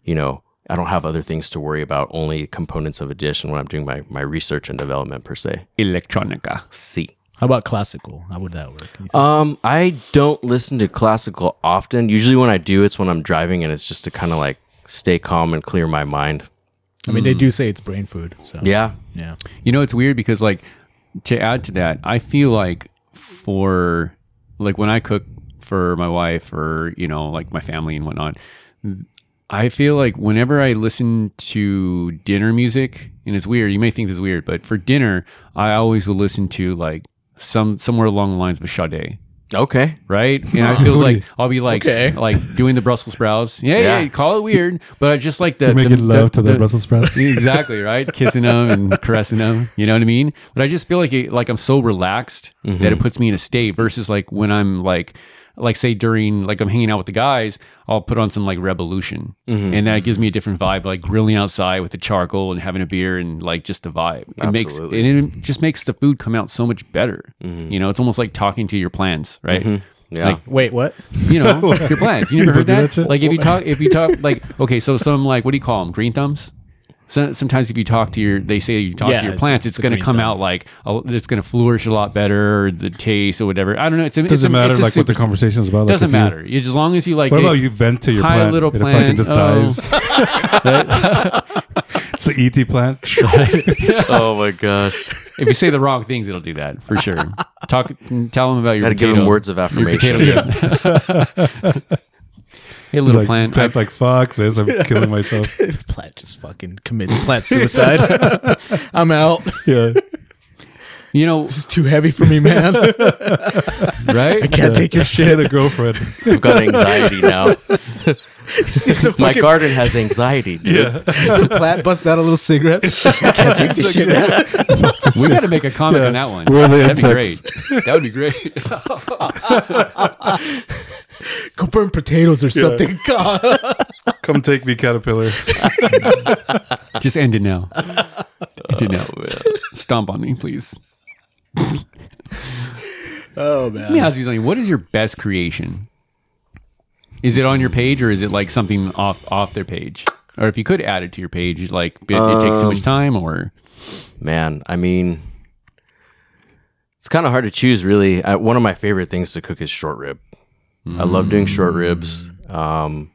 D: you know, I don't have other things to worry about, only components of a dish and when I'm doing my my research and development per se.
A: Electronica.
D: See.
B: How about classical? How would that work? You think?
D: Um, I don't listen to classical often. Usually, when I do, it's when I'm driving, and it's just to kind of like stay calm and clear my mind.
B: I mean, they do say it's brain food. So
D: Mm. Yeah,
B: yeah.
A: You know, it's weird because like to add to that, I feel like for like when I cook for my wife or you know like my family and whatnot, I feel like whenever I listen to dinner music, and it's weird. You may think this is weird, but for dinner, I always will listen to like some somewhere along the lines of Sade.
D: okay.
A: right? And I feels like I'll be like
B: Okay.
A: like doing the Brussels sprouts. Yeah, yeah,
D: Yeah.
A: call it weird, but I just like the
C: Making
A: the,
C: love to the, Brussels sprouts.
A: exactly right, kissing them and caressing them. You know what I mean? But I just feel like it, like I'm so relaxed
C: Mm-hmm.
A: that it puts me in a state versus like when I'm like like say during like I'm hanging out with the guys, I'll put on some like Revolution,
C: Mm-hmm.
A: and that gives me a different vibe. Like grilling outside with the charcoal and having a beer and like just the vibe. It makes
D: Absolutely.
A: and it just makes the food come out so much better.
C: Mm-hmm.
A: You know, it's almost like talking to your plants, right?
D: Yeah.
A: Like,
B: Wait, what?
A: you know your plans. You never heard
C: People do
A: that?
C: that shit?
A: like if you talk, if you talk, like okay, so some like what do you call them? Green thumbs. So, sometimes if you talk to your, they say you talk
B: Yeah,
A: to your
B: it's-
A: plants, it's,
B: it's a
A: going to
B: green
A: come
B: thumb.
A: out like a, it's going to flourish a lot better, or the taste or whatever. I don't know. It's a, it's a,
C: doesn't matter
A: it's a
C: like what the
A: super-
C: conversation is about. Like,
A: Doesn't
C: if you-
A: matter. You, as long as you like.
C: What
A: it-
C: about you vent to your
A: Hi,
C: plant?
A: little
C: and It fucking
A: plant.
C: just
A: Oh.
C: dies. it's an ET plant.
D: oh my gosh.
A: If you say the wrong things, it'll do that for sure. Talk, tell them about your.
D: Gotta give
A: potato.
D: him words of
A: Your
D: affirmation.
A: potato. hey, little
C: like,
A: plant.
C: Plant's like, fuck this. I'm killing myself.
B: Plant just fucking commits plant suicide. I'm out.
C: Yeah.
A: you know,
B: This is too heavy for me, man.
A: right?
B: Can't take your
C: Get
B: shit.
C: a girlfriend.
D: I've got anxiety now.
B: See the
D: My
B: fucking-
D: garden has anxiety, dude.
B: Plat busts out a little cigarette. I can't take this shit. Man.
A: We got to make a comment on that one.
C: Where are the
A: That'd be
C: insects?
A: great. That would be great.
B: Go burn potatoes or something. God.
C: Come take me, caterpillar.
A: Just end it now. End it now.
D: Oh,
A: Stomp on me, please.
B: Oh
A: Let me
B: man.
A: ask you something. What is your best creation? Is it on your page or is it like something off off their page? Or if you could add it to your page, like it, it takes too
D: Um,
A: much time, or
D: Man, I mean, it's kind of hard to choose, really. I, one of my favorite things to cook is short rib. I love doing short ribs.
A: Mm.
D: Um,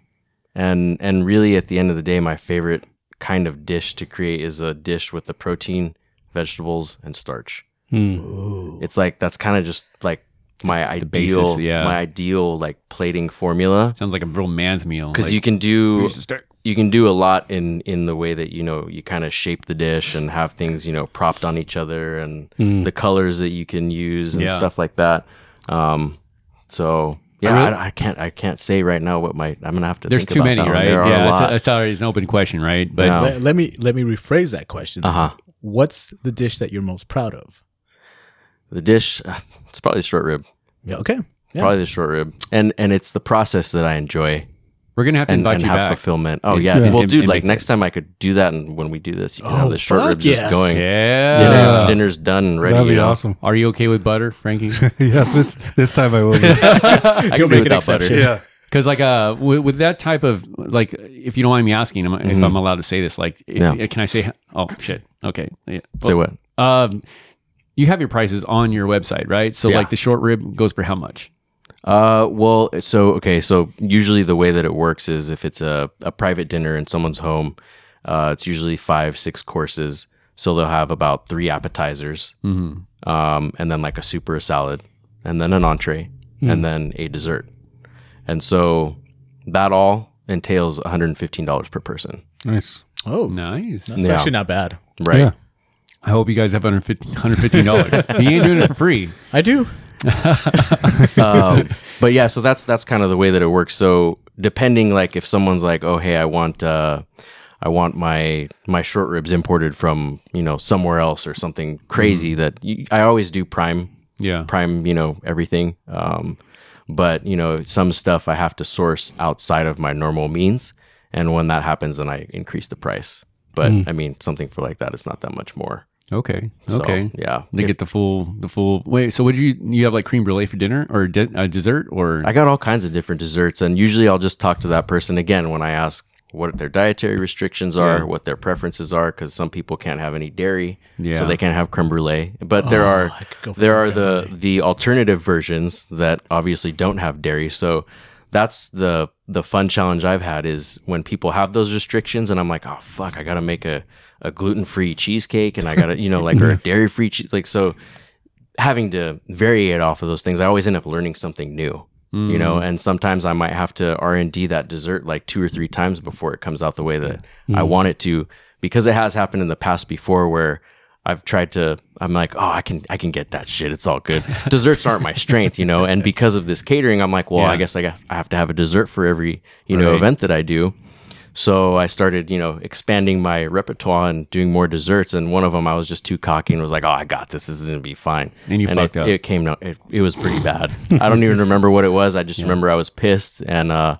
D: and and really, at the end of the day, my favorite kind of dish to create is a dish with the protein, vegetables, and starch. It's like that's kind of just like my ideal,
A: basis, yeah.
D: my ideal like plating formula
A: sounds like a real man's meal.
D: because
A: like,
D: you can do
A: start.
D: you can do a lot in in the way that you know you kind of shape the dish and have things you know propped on each other and the colors that you can use and
A: Yeah.
D: stuff like that um so yeah
A: really-
D: I, I can't i can't say right now what my i'm gonna have to
A: There's
D: think
A: too
D: about
A: many,
D: that one.
A: right?
D: there are a
A: yeah, it's,
D: lot.
A: it's already it's an open question, right? But
D: Yeah.
B: Let, let me let me rephrase that question.
D: uh-huh
B: What's the dish that you're most proud of?
D: the dish uh, it's probably the short rib
B: Yeah. Okay. Yeah.
D: probably the short rib and and it's the process that i enjoy
A: We're gonna have to
D: and,
A: invite
D: and
A: you
D: have
A: back.
D: fulfillment. Oh
A: And-
D: yeah,
A: Yeah.
D: well,
A: and-
D: dude,
A: and
D: like
A: make-
D: next time I could do that, and when we do this, you can have
B: Oh,
D: the short
B: fuck
D: ribs
B: yes.
D: just going.
A: Yeah.
D: Dinner's, dinner's done and ready.
C: That'd
D: you
C: be
D: know?
C: awesome.
A: Are you okay with butter, Frankie?
C: yes, this this time I will.
A: I
C: Yeah.
A: can
B: You'll
A: do
B: make an
A: without butter.
B: exception.
C: yeah.
A: Because like uh, with, with that type of like, if you don't mind me asking, am I-
D: Mm-hmm.
A: if I'm allowed to say this, like, if-
D: Yeah.
A: can I say? Oh shit. Okay. Yeah.
D: Say what?
A: Um, you have your prices on your website, right? So
D: Yeah.
A: like the short rib goes for how much?
D: Uh, well, so okay, so usually the way that it works is if it's a, a private dinner in someone's home, uh, it's usually five six courses. So they'll have about three appetizers, mm-hmm. um, and then like a super salad, and then an entree, and then a dessert, and so that all entails one hundred and fifteen dollars per person,
C: Nice.
B: Oh,
A: Nice.
B: that's
D: Yeah.
B: actually not bad.
D: right?
C: Yeah.
A: I hope you guys have 115 dollars. you ain't doing it for free.
B: I do.
D: um, but yeah, so that's that's kind of the way that it works. So depending, like if someone's like, oh hey, I want uh, I want my my short ribs imported from you know somewhere else or something crazy that you, I always do prime
A: Yeah.
D: prime you know everything. Um, but you know some stuff I have to source outside of my normal means, and when that happens, then I increase the price. But I mean, something for like that is not that much more.
A: Okay.
D: So,
A: Okay.
D: yeah,
A: They get the full, the full. Wait, so would you? You have like cream brulee for dinner or de- uh, dessert or?
D: I got all kinds of different desserts, and usually I'll just talk to that person again when I ask what their dietary restrictions are, what their preferences are, because some people can't have any dairy,
A: Yeah.
D: so they can't have creme brulee. But there are
B: Oh, I could go for
D: there
B: some
D: are the the alternative versions that obviously don't have dairy, so. That's the the fun challenge I've had is when people have those restrictions and I'm like, oh fuck, I gotta make a, a gluten free cheesecake and I gotta you know like or a dairy free cheese like so having to vary it off of those things, I always end up learning something new. You know,
A: Mm.
D: and sometimes I might have to R and D that dessert like two or three times before it comes out the way that
A: Mm.
D: I want it to, because it has happened in the past before where I've tried to. I'm like, oh, I can, I can get that shit. It's all good. Desserts aren't my strength, you know. And because of this catering, I'm like, well, I
A: Yeah.
D: guess I, got, I have to have a dessert for every you know
A: Right.
D: event that I do. So I started, you know, expanding my repertoire and doing more desserts. And one of them, I was just too cocky and was like, "Oh, I got this. This is gonna be fine."
A: And you fucked
D: it,
A: up.
D: It came out. It, it was pretty bad. I don't even remember what it was. I just remember I was pissed and uh,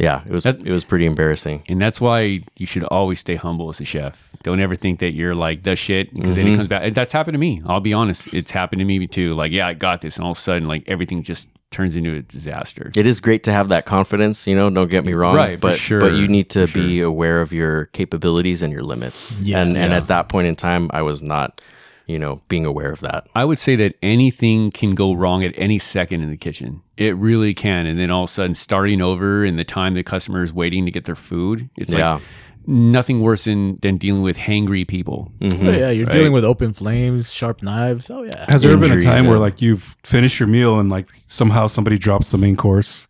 D: yeah, it was it was pretty embarrassing.
A: And that's why you should always stay humble as a chef. Don't ever think that you're like the shit because then it comes back. That's happened to me. I'll be honest. It's happened to me too. Like, yeah, I got this. And all of a sudden, like everything just turns into a disaster.
D: It is great to have that confidence, you know. Don't get me wrong,
A: Right, for
D: But
A: sure,
D: but you need to
A: for
D: be aware of your capabilities and your limits.
B: Yes.
D: And and
B: Yeah.
D: at that point in time, I was not, you know, being aware of that.
A: I would say that anything can go wrong at any second in the kitchen. It really can. And then all of a sudden, starting over and the time the customer is waiting to get their food, it's
D: Yeah.
A: like nothing worse than, than dealing with hangry people.
B: Oh, yeah, you're dealing with open flames, sharp knives. Oh yeah.
C: Has there been a
D: Injuries
C: time where
D: and-
C: like you've finished your meal and like somehow somebody drops the main course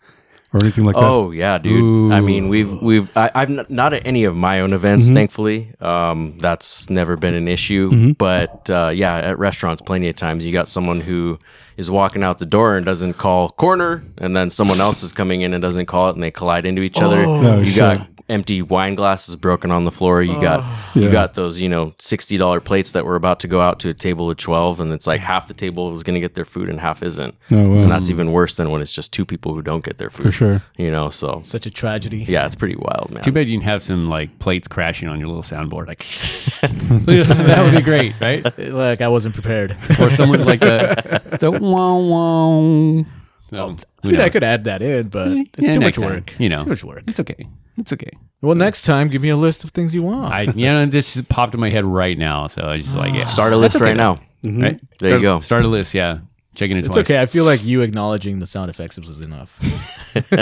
C: or anything like
D: Oh yeah, dude. I mean, we've we've I, I've n- not at any of my own events,
C: Mm-hmm.
D: thankfully. Um, that's never been an issue. But uh, yeah, at restaurants, plenty of times you got someone who is walking out the door and doesn't call corner, and then someone else is coming in and doesn't call it, and they collide into each other.
C: Oh,
D: you got empty wine glasses broken on the floor. You got you
C: Oh. Yeah.
D: got those you know sixty dollar plates that were about to go out to a table of twelve, and it's like half the table was going to get their food and half isn't.
C: Oh, wow.
D: And that's even worse than when it's just two people who don't get their food
C: that? For sure.
D: you know so
B: Such a tragedy.
D: yeah it's pretty wild man
A: Too bad you didn't have some like plates crashing on your little soundboard. Like that would be great, right?
B: Like I wasn't prepared.
A: Or someone like the the wow Oh, wow. So,
B: I
A: who
B: mean, I
A: knows?
B: could add that in, but it's
A: Yeah,
B: too much
A: next time,
B: work.
A: you
B: It's
A: know.
B: too much work.
A: It's okay. It's okay.
B: Well, next time, give me a list of things you want.
A: I you know this just popped in my head right now, so I just like yeah.
D: start a list right now
B: Mm-hmm.
A: Right?
D: There
A: Start-
D: you go.
A: Start a list. Yeah, checking it
B: it's
A: twice.
B: okay. I feel like you acknowledging the sound effects was enough.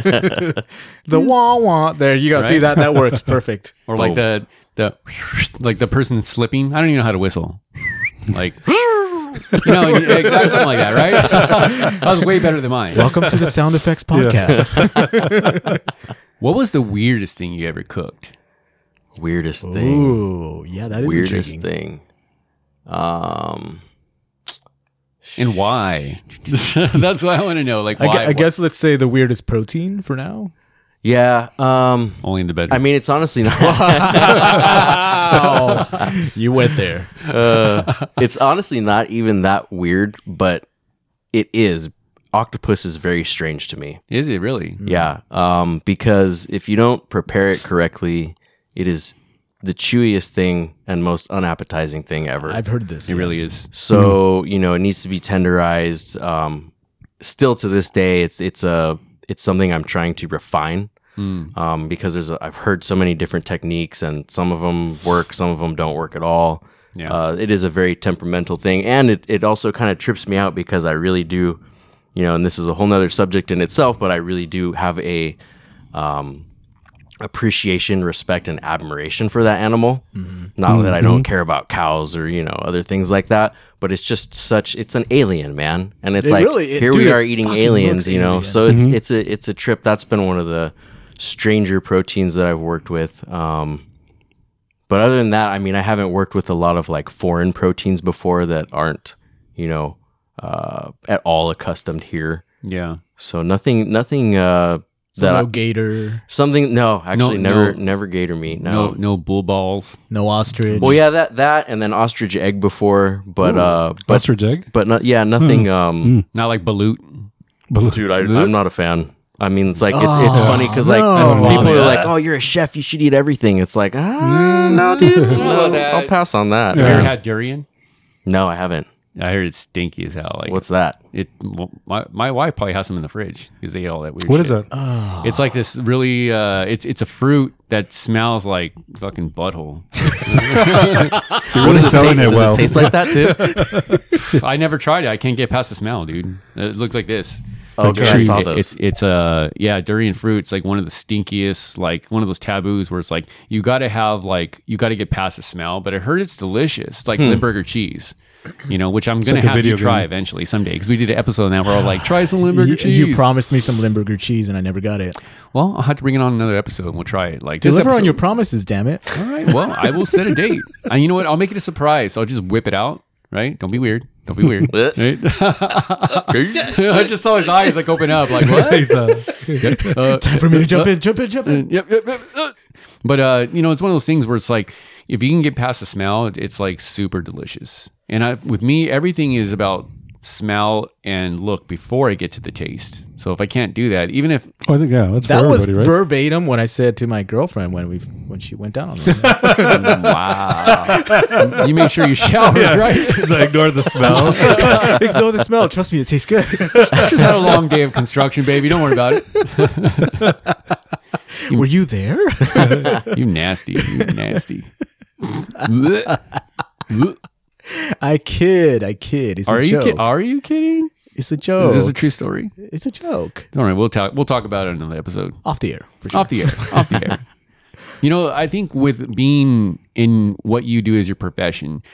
B: the wah wah. There you go. See that that works perfect.
A: Or like the the like the person slipping. I don't even know how to whistle. Like you know, exactly something like that, right? that was way better than mine.
B: Welcome to the sound effects podcast.
A: What was the weirdest thing you ever cooked?
D: weirdest thing
B: Ooh, yeah, that is
D: weirdest
B: intriguing.
D: thing um
A: And why? That's what I want to know. Like, why?
B: I, gue- I guess let's say the weirdest protein for now.
D: yeah um
A: only in the bedroom.
D: i mean it's honestly not
B: You went there.
D: uh, it's honestly not even that weird but it is octopus is very strange to me.
A: Is it really?
B: Mm.
D: Yeah, um, because if you don't prepare it correctly, it is the chewiest thing and most unappetizing thing ever.
B: I've heard this.
A: It really is.
D: So you know, it needs to be tenderized. Um, still to this day, it's it's a it's something I'm trying to refine um, because there's a, I've heard so many different techniques, and some of them work, some of them don't work at all.
A: Yeah.
D: Uh, it is a very temperamental thing, and it it also kind of trips me out because I really do, you know, and this is a whole nother subject in itself, but I really do have a um, appreciation, respect, and admiration for that animal.
B: Mm-hmm.
D: Not that I don't care about cows or you know other things like that, but it's just such it's an alien, man, and it's
B: It
D: like
B: really- it-
D: here
B: dude,
D: we
B: it
D: are eating
B: fucking
D: aliens,
B: looks
D: you know.
B: alien. Mm-hmm.
D: So it's it's a it's a trip. That's been one of the stranger proteins that I've worked with. Um, but other than that, I mean, I haven't worked with a lot of like foreign proteins before that aren't you know uh, at all accustomed here.
A: Yeah.
D: So nothing nothing uh, that
B: no
D: I-
B: gator,
D: Something no, actually
A: No,
D: never
A: no.
D: never gator meat.
A: No,
D: No.
A: no bull balls.
B: no ostrich.
D: Well, yeah, that that and then ostrich egg before, but uh but
C: Ostrich egg?
D: but not yeah, nothing um
A: Not like balut.
D: dude, I I'm not a fan. I mean, it's like it's it's
B: Oh,
D: funny cuz like
B: no.
D: people are like, "Oh, you're a chef, you should eat everything." It's like, "Ah, no, dude. no,
A: that.
D: I'll pass on that."
A: You ever
D: Yeah.
A: had durian?
D: No, I haven't.
A: I heard it's stinky as hell. Like
D: What's that?
A: it? well, My, my wife probably has some in the fridge because they eat all that weird.
C: What
A: shit.
C: is that?
D: Uh,
A: It's like this really. Uh, it's it's a fruit that smells like fucking butthole.
C: You're really
D: Does
C: selling
D: ta-
C: it
D: does
C: well.
D: taste like that too?
A: I never tried it. I can't get past the smell, dude. It looks like this.
D: oh, dude, I
C: cheese.
D: saw
A: It-
D: those.
A: It's it's uh, yeah durian fruit. It's like one of the stinkiest, like one of those taboos where it's like you got to have like you got to get past the smell. But I heard it's delicious. It's like Limburger cheese, you know, which I'm gonna
C: like a
A: have you
C: video
A: try
C: game.
A: eventually someday because we did an episode on that where I was like, try some Limburger
B: you,
A: cheese.
B: you promised me some Limburger cheese and I never got it.
A: well, I'll have to bring it on another episode and we'll try it. Like this
B: Deliver on
A: episode-
B: your promises, damn it. All right.
A: Well, I will set a date. And you know what? I'll make it a surprise. I'll just whip it out. Right? Don't be weird. Don't be weird. Right? I just saw his eyes like open up. Like what?
C: He's, uh,
B: Time for me to jump in, jump in, jump in.
A: yep, yep, yep. uh. But uh, you know, it's one of those things where it's like if you can get past the smell, it- it's like super delicious. And I, with me, everything is about smell and look before I get to the taste. So if I can't do that, even if
C: oh, I think, yeah, that's
B: That
C: for
B: was
C: everybody, right?
B: verbatim what I said to my girlfriend when we when she went down on me.
A: wow, you make sure you shower, right?
C: He's like, ignore the smell.
B: Ignore the smell. Trust me, it tastes good.
A: Just had a long day of construction, baby. Don't worry about it.
B: Were you there?
A: You nasty. You nasty. Blech. Blech.
B: I kid. I kid. It's
A: are
B: a
A: you
B: joke. Oh.
A: ki- are you kidding?
B: it's a
A: Is
B: joke.
A: this a true story?
B: it's a joke.
A: All right, we'll talk. We'll talk about it in another episode.
B: Off the air. For sure.
A: Off the air. Off the air. You know, I think with being in what you do as your profession,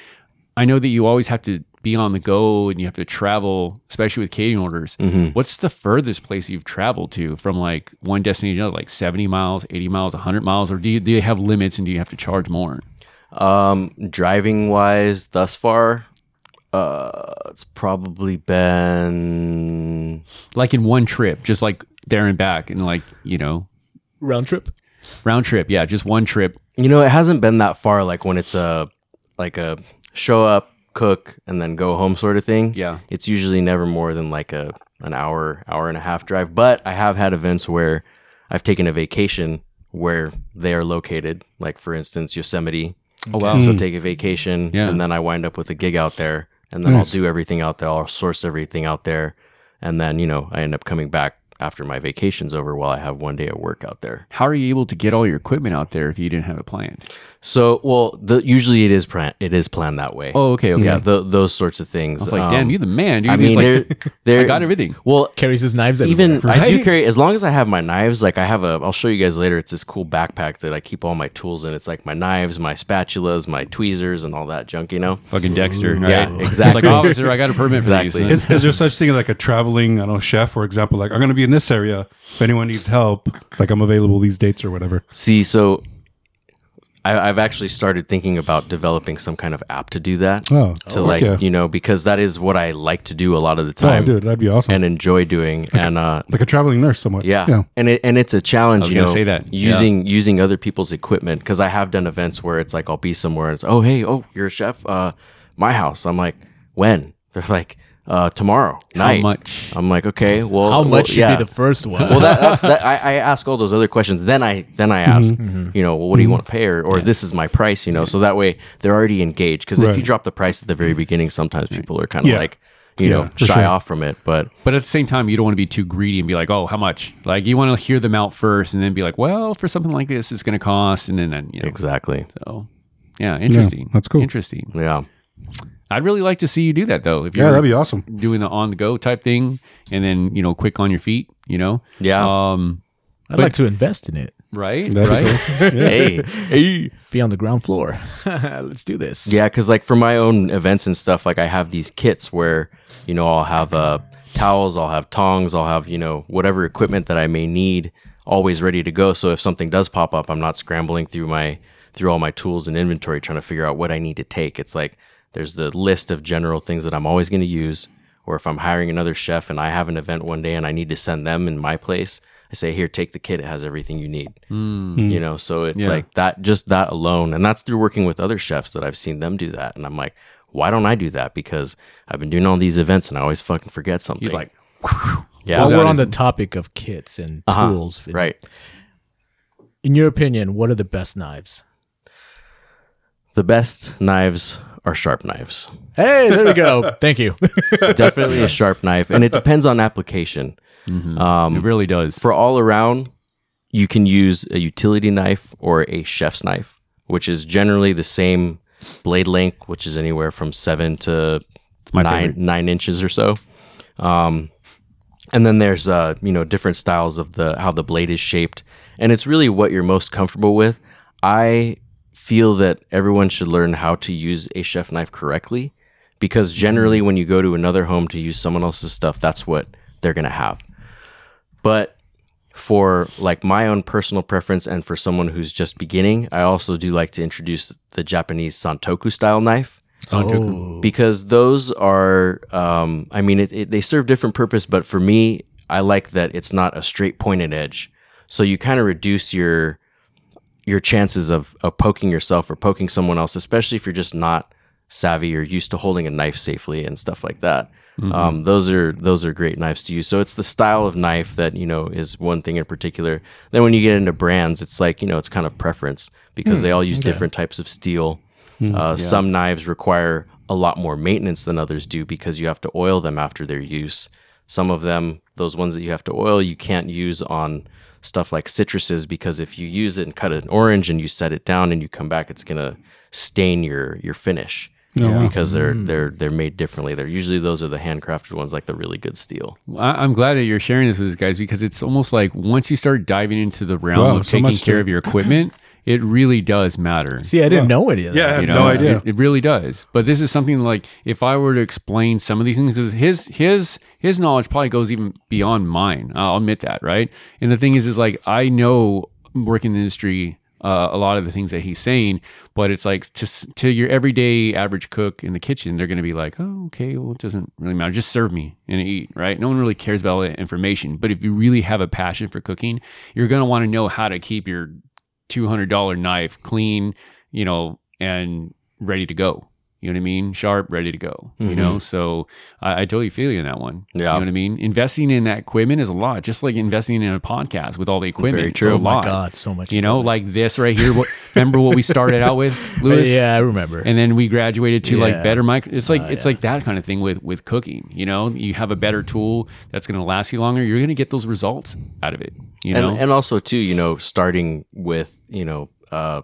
A: I know that you always have to be on the go and you have to travel, especially with catering orders.
D: Mm-hmm.
A: What's the furthest place you've traveled to from like one destination to another, like 70 miles, 80 miles, 100 miles? Or do you, do you have limits and do you have to charge more?
D: Um, driving wise, thus far, uh, it's probably been
A: Like in one trip, just like there and back and like, you know,
B: Round trip.
A: round trip. Yeah, just one trip.
D: you know it hasn't been that far. Like when it's a like a show up, cook, and then go home sort of thing.
A: Yeah.
D: it's usually never more than like a an hour, hour and a half drive. But I have had events where I've taken a vacation where they are located. Like for instance, Yosemite.
A: Oh, wow.
D: So take a vacation,
A: Yeah.
D: and then I wind up with a gig out there, and then I'll do everything out there. I'll source everything out there, and then you know I end up coming back after my vacation's over while I have one day at work out there.
A: How are you able to get all your equipment out there if you didn't have it planned?
D: So well, the, usually it is plan it is planned that way.
A: Oh, okay, okay.
D: yeah, tho- those sorts of things. um,
A: It's like, damn, you the man, dude.
D: I mean,
A: He's
D: they're,
A: like,
D: they're,
A: I got everything.
D: Well,
B: Carries his knives.
D: even
B: everywhere.
D: I do
A: right?
D: carry as long as I have my knives. Like I have a, I'll show you guys later. It's this cool backpack that I keep all my tools in. It's like my knives, my spatulas, my tweezers, and all that junk. You know.
A: Fucking Dexter, right?
D: Yeah,
A: It's
D: exactly.
A: like, officer, I got a permit for
D: Exactly.
A: these.
C: Is, is there such thing as like a traveling, I don't know, chef, for example? Like, I'm going to be in this area. If anyone needs help, like, I'm available these dates or whatever.
D: See, so I, I've actually started thinking about developing some kind of app to do that.
C: Oh,
D: to like
C: okay.
D: you know because that is what I like to do a lot of the
C: Oh,
D: time
C: dude, that'd be awesome.
D: and enjoy doing and uh
C: like a traveling nurse, somewhat.
D: yeah. and it and it's a challenge.
A: was
D: you
A: gonna
D: know,
A: say that. Yeah.
D: using using other people's equipment because I have done events where it's like I'll be somewhere and it's oh hey oh you're a chef uh my house I'm like when they're like uh, tomorrow
A: How
D: night.
A: much?
D: I'm like, okay, well,
B: How
D: well,
B: much should
D: yeah.
B: be the first one?
D: well, that, that's that. I, I ask all those other questions. Then I then I ask,
A: Mm-hmm.
D: you know, well, what do you want to pay, or, or this is my price, you know. So that way they're already engaged. Because if
C: Right.
D: you drop the price at the very beginning, sometimes people are kind of
C: Yeah.
D: like, you
C: Yeah,
D: know,
C: for
D: shy
C: sure.
D: off from it. But
A: But at the same time, you don't want to be too greedy and be like, "Oh, how much?" Like you want to hear them out first, and then be like, "Well, for something like this, it's going to cost," and then, then you know.
D: exactly,
A: So, yeah, interesting.
C: that's cool.
A: Interesting.
D: yeah,
A: I'd really like to see you do that though. If you're
C: Yeah, that'd be awesome.
A: doing the on the go type thing, and then you know, quick on your feet, you know,
D: yeah.
A: um,
B: I'd like to invest in it.
A: right,
C: That'd be
A: right.
D: hey, hey.
B: Be on the ground floor. Let's do this.
D: Yeah, because like for my own events and stuff, like I have these kits where you know I'll have uh, towels, I'll have tongs, I'll have you know whatever equipment that I may need, always ready to go. So if something does pop up, I'm not scrambling through my through all my tools and inventory trying to figure out what I need to take. It's like there's the list of general things that I'm always going to use. Or if I'm hiring another chef and I have an event one day and I need to send them in my place, I say, here, take the kit. It has everything you need
A: Mm.
D: you know so it like that just that alone and that's through working with other chefs that i've seen them do that and i'm like why don't i do that because i've been doing all these events and i always fucking forget something
A: He's like,
D: yeah
B: While
A: that
B: we're on
A: is-
B: the topic of kits and
D: Uh-huh.
B: tools, in-
D: right
B: In your opinion, what are the best knives?
D: the best knives are sharp knives
B: Hey, there we go. Thank you.
D: definitely a sharp knife and it depends on application Um,
A: it really does.
D: for all around you can use a utility knife or a chef's knife which is generally the same blade length which is anywhere from seven to
A: my
D: nine
A: favorite.
D: nine inches or so um, and then there's uh, you know different styles of the how the blade is shaped and it's really what you're most comfortable with i feel that everyone should learn how to use a chef knife correctly because generally when you go to another home to use someone else's stuff that's what they're going to have but for like my own personal preference and for someone who's just beginning i also do like to introduce the japanese santoku style knife
B: Oh.
D: because those are um, i mean it, it, they serve different purpose but for me i like that it's not a straight pointed edge so you kind of reduce your your chances of, of poking yourself or poking someone else especially if you're just not savvy or used to holding a knife safely and stuff like that um, those are those are great knives to use so it's the style of knife that you know is one thing in particular then when you get into brands it's like you know it's kind of preference because they all use different types of steel uh, Some knives require a lot more maintenance than others do because you have to oil them after their use. Some of them, those ones that you have to oil, you can't use on stuff like citruses because if you use it and cut an orange and you set it down and you come back, it's gonna stain your your finish because they're they're they're made differently. They're usually those are the handcrafted ones, like the really good steel.
A: I, I'm glad that you're sharing this with us guys because it's almost like once you start diving into the realm
C: Wow,
A: of
C: so
A: taking
C: much to-
A: care of your equipment, it really does matter.
B: See, I didn't know any of that.
C: Yeah, I had
A: You
C: no
A: know,
C: idea.
A: It, it really does. But this is something like if I were to explain some of these things, because his his his knowledge probably goes even beyond mine. I'll admit that, right? And the thing is, is like I know working in the industry. Uh, a lot of the things that he's saying, but it's like to s- to your everyday average cook in the kitchen, they're going to be like, "Oh, okay, well, it doesn't really matter. Just serve me and eat." Right? No one really cares about all that information. But if you really have a passion for cooking, you're going to want to know how to keep your two hundred dollar knife clean, you know, and ready to go. You know what I mean? Sharp, ready to go. You know, so I, I totally feel you in that one.
D: Mm-hmm. Yeah.
A: you know what I mean. Investing in that equipment is a lot, just like investing in a podcast with all the equipment.
D: Very
A: It's a
D: true. Oh
B: Oh my
A: lot.
B: God, so much.
A: You know, like this right here. What, remember what we started out with, Lewis?
B: yeah, I remember.
A: and then we graduated to like
B: Yeah.
A: better micro it's
D: Oh,
A: like it's like that kind of thing with with cooking you know you have a better tool that's going to last you longer you're going to get those results out of it you know
D: and, and also too you know starting with you know uh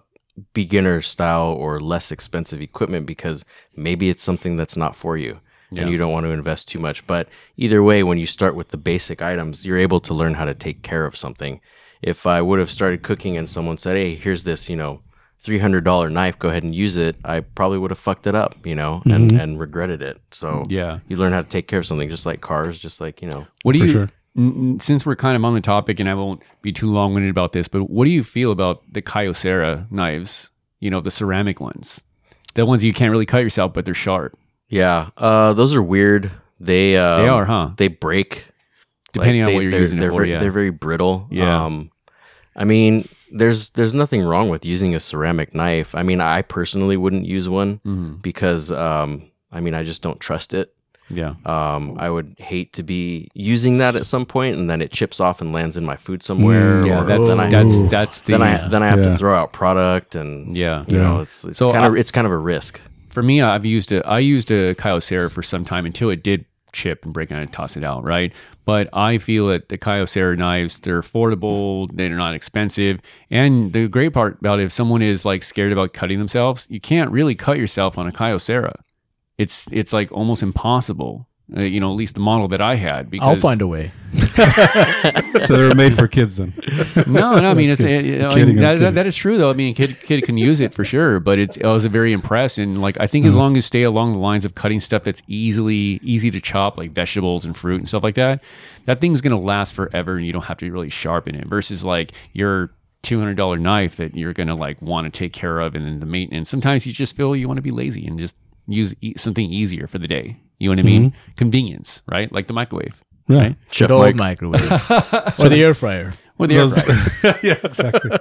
D: beginner style or less expensive equipment because maybe it's something that's not for you
A: Yeah.
D: and you don't want to invest too much but either way when you start with the basic items you're able to learn how to take care of something if i would have started cooking and someone said hey here's this you know $300 knife go ahead and use it i probably would have fucked it up you know and and regretted it so
A: Mm-hmm. Yeah.
D: you learn how to take care of something just like cars just like you know
A: What do you, n- n- since we're kind of on the topic and I won't be too long winded about this, but what do you feel about the Kyocera knives? You know, the ceramic ones, the ones you can't really cut yourself, but they're sharp.
D: Yeah, uh, those are weird. They uh,
A: They are, huh?
D: They break
A: Depending on
D: Like, they-
A: what you're
D: they're-
A: using
D: They're
A: it for.
D: very,
A: yeah.
D: they're very brittle.
A: Yeah.
D: Um, I mean, there's there's nothing wrong with using a ceramic knife. I mean, I personally wouldn't use one
A: Mhm.
D: because um, I mean, I just don't trust it.
A: Yeah.
D: Um, I would hate to be using that at some point, and then it chips off and lands in my food somewhere.
A: Mm, yeah,
D: or
A: that's
D: then I,
A: that's that's the
D: then I then I have
C: Yeah.
D: to throw out product, and
A: Yeah.
D: you know,
C: Yeah.
D: it's it's
A: So
D: kind of
A: I-
D: it's kind of a risk.
A: for me, I've used a I used a Kyocera for some time until it did chip and break and I toss it out, right? But I feel that the Kyocera knives, they're affordable, they're not expensive. And the great part about it, if someone is like scared about cutting themselves, you can't really cut yourself on a Kyocera. It's it's like almost impossible. Uh, you know, at least the model that I had. Because
B: I'll find a way.
C: so they're made for kids then.
A: No, no. I mean, it's, it, it- I mean,
C: kidding, I'm
A: that, that,
C: kidding.
A: that is true though. I mean, kid kid can use it for sure, but it's I was very impressed and like I think
C: Mm-hmm.
A: as long as you stay along the lines of cutting stuff that's easily easy to chop, like vegetables and fruit and stuff like that, that thing's gonna last forever, and you don't have to really sharpen it. Versus like your two hundred dollar knife that you're gonna like want to take care of and then the maintenance. Sometimes you just feel you want to be lazy and just use e- something easier for the day. You know what I mean?
C: Mm-hmm.
A: Convenience, right? Like the microwave.
C: Yeah.
A: Right.
B: Good old microwave or the air fryer
A: Or the air
C: Those-
A: fryer.
C: yeah, exactly.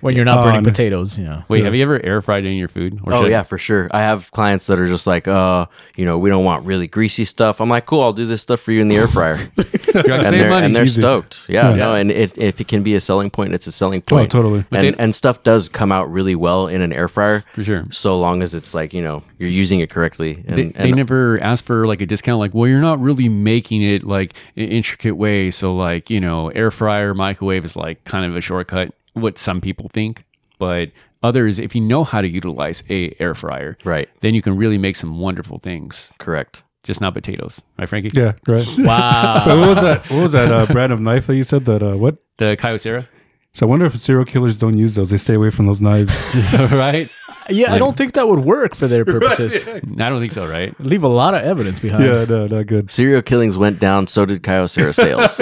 B: when you're not burning
C: On.
B: potatoes. You know,
A: Wait, have you ever air fried any of your food? Or
D: Oh
A: should-
D: yeah, for sure. I have clients that are just like, uh, you know, we don't want really greasy stuff. I'm like, cool, I'll do this stuff for you in the air fryer,
A: You're like,
D: and
A: save
D: they're
A: money.
D: and they're
C: easy.
D: stoked. Yeah, no, and it, if it can be a selling point, it's a selling
C: Oh,
D: point.
C: totally.
A: But
D: And
A: they-
D: and stuff does come out really well in an air fryer
A: For sure.
D: so long as it's like you know you're using it correctly. And,
A: They,
D: and
A: they never ask for like a discount. Like, well, you're not really making it like an intricate way. So, like, you know, air fryer, microwave is like kind of a shortcut, what some people think. But others, if you know how to utilize a air fryer,
D: right,
A: then you can really make some wonderful things.
D: correct.
A: Just not potatoes, right, Frankie?
C: Yeah, right.
B: wow.
C: But what was that? What was that uh, brand of knife that you said that? Uh, what?
A: The Kyocera,
C: So I wonder if serial killers don't use those. They stay away from those knives.
A: right?
B: Yeah, I don't think that would work for their purposes.
A: I don't think so, right?
B: Leave a lot of evidence behind.
C: yeah, no, not good.
D: Serial killings went down. So did Kyocera sales.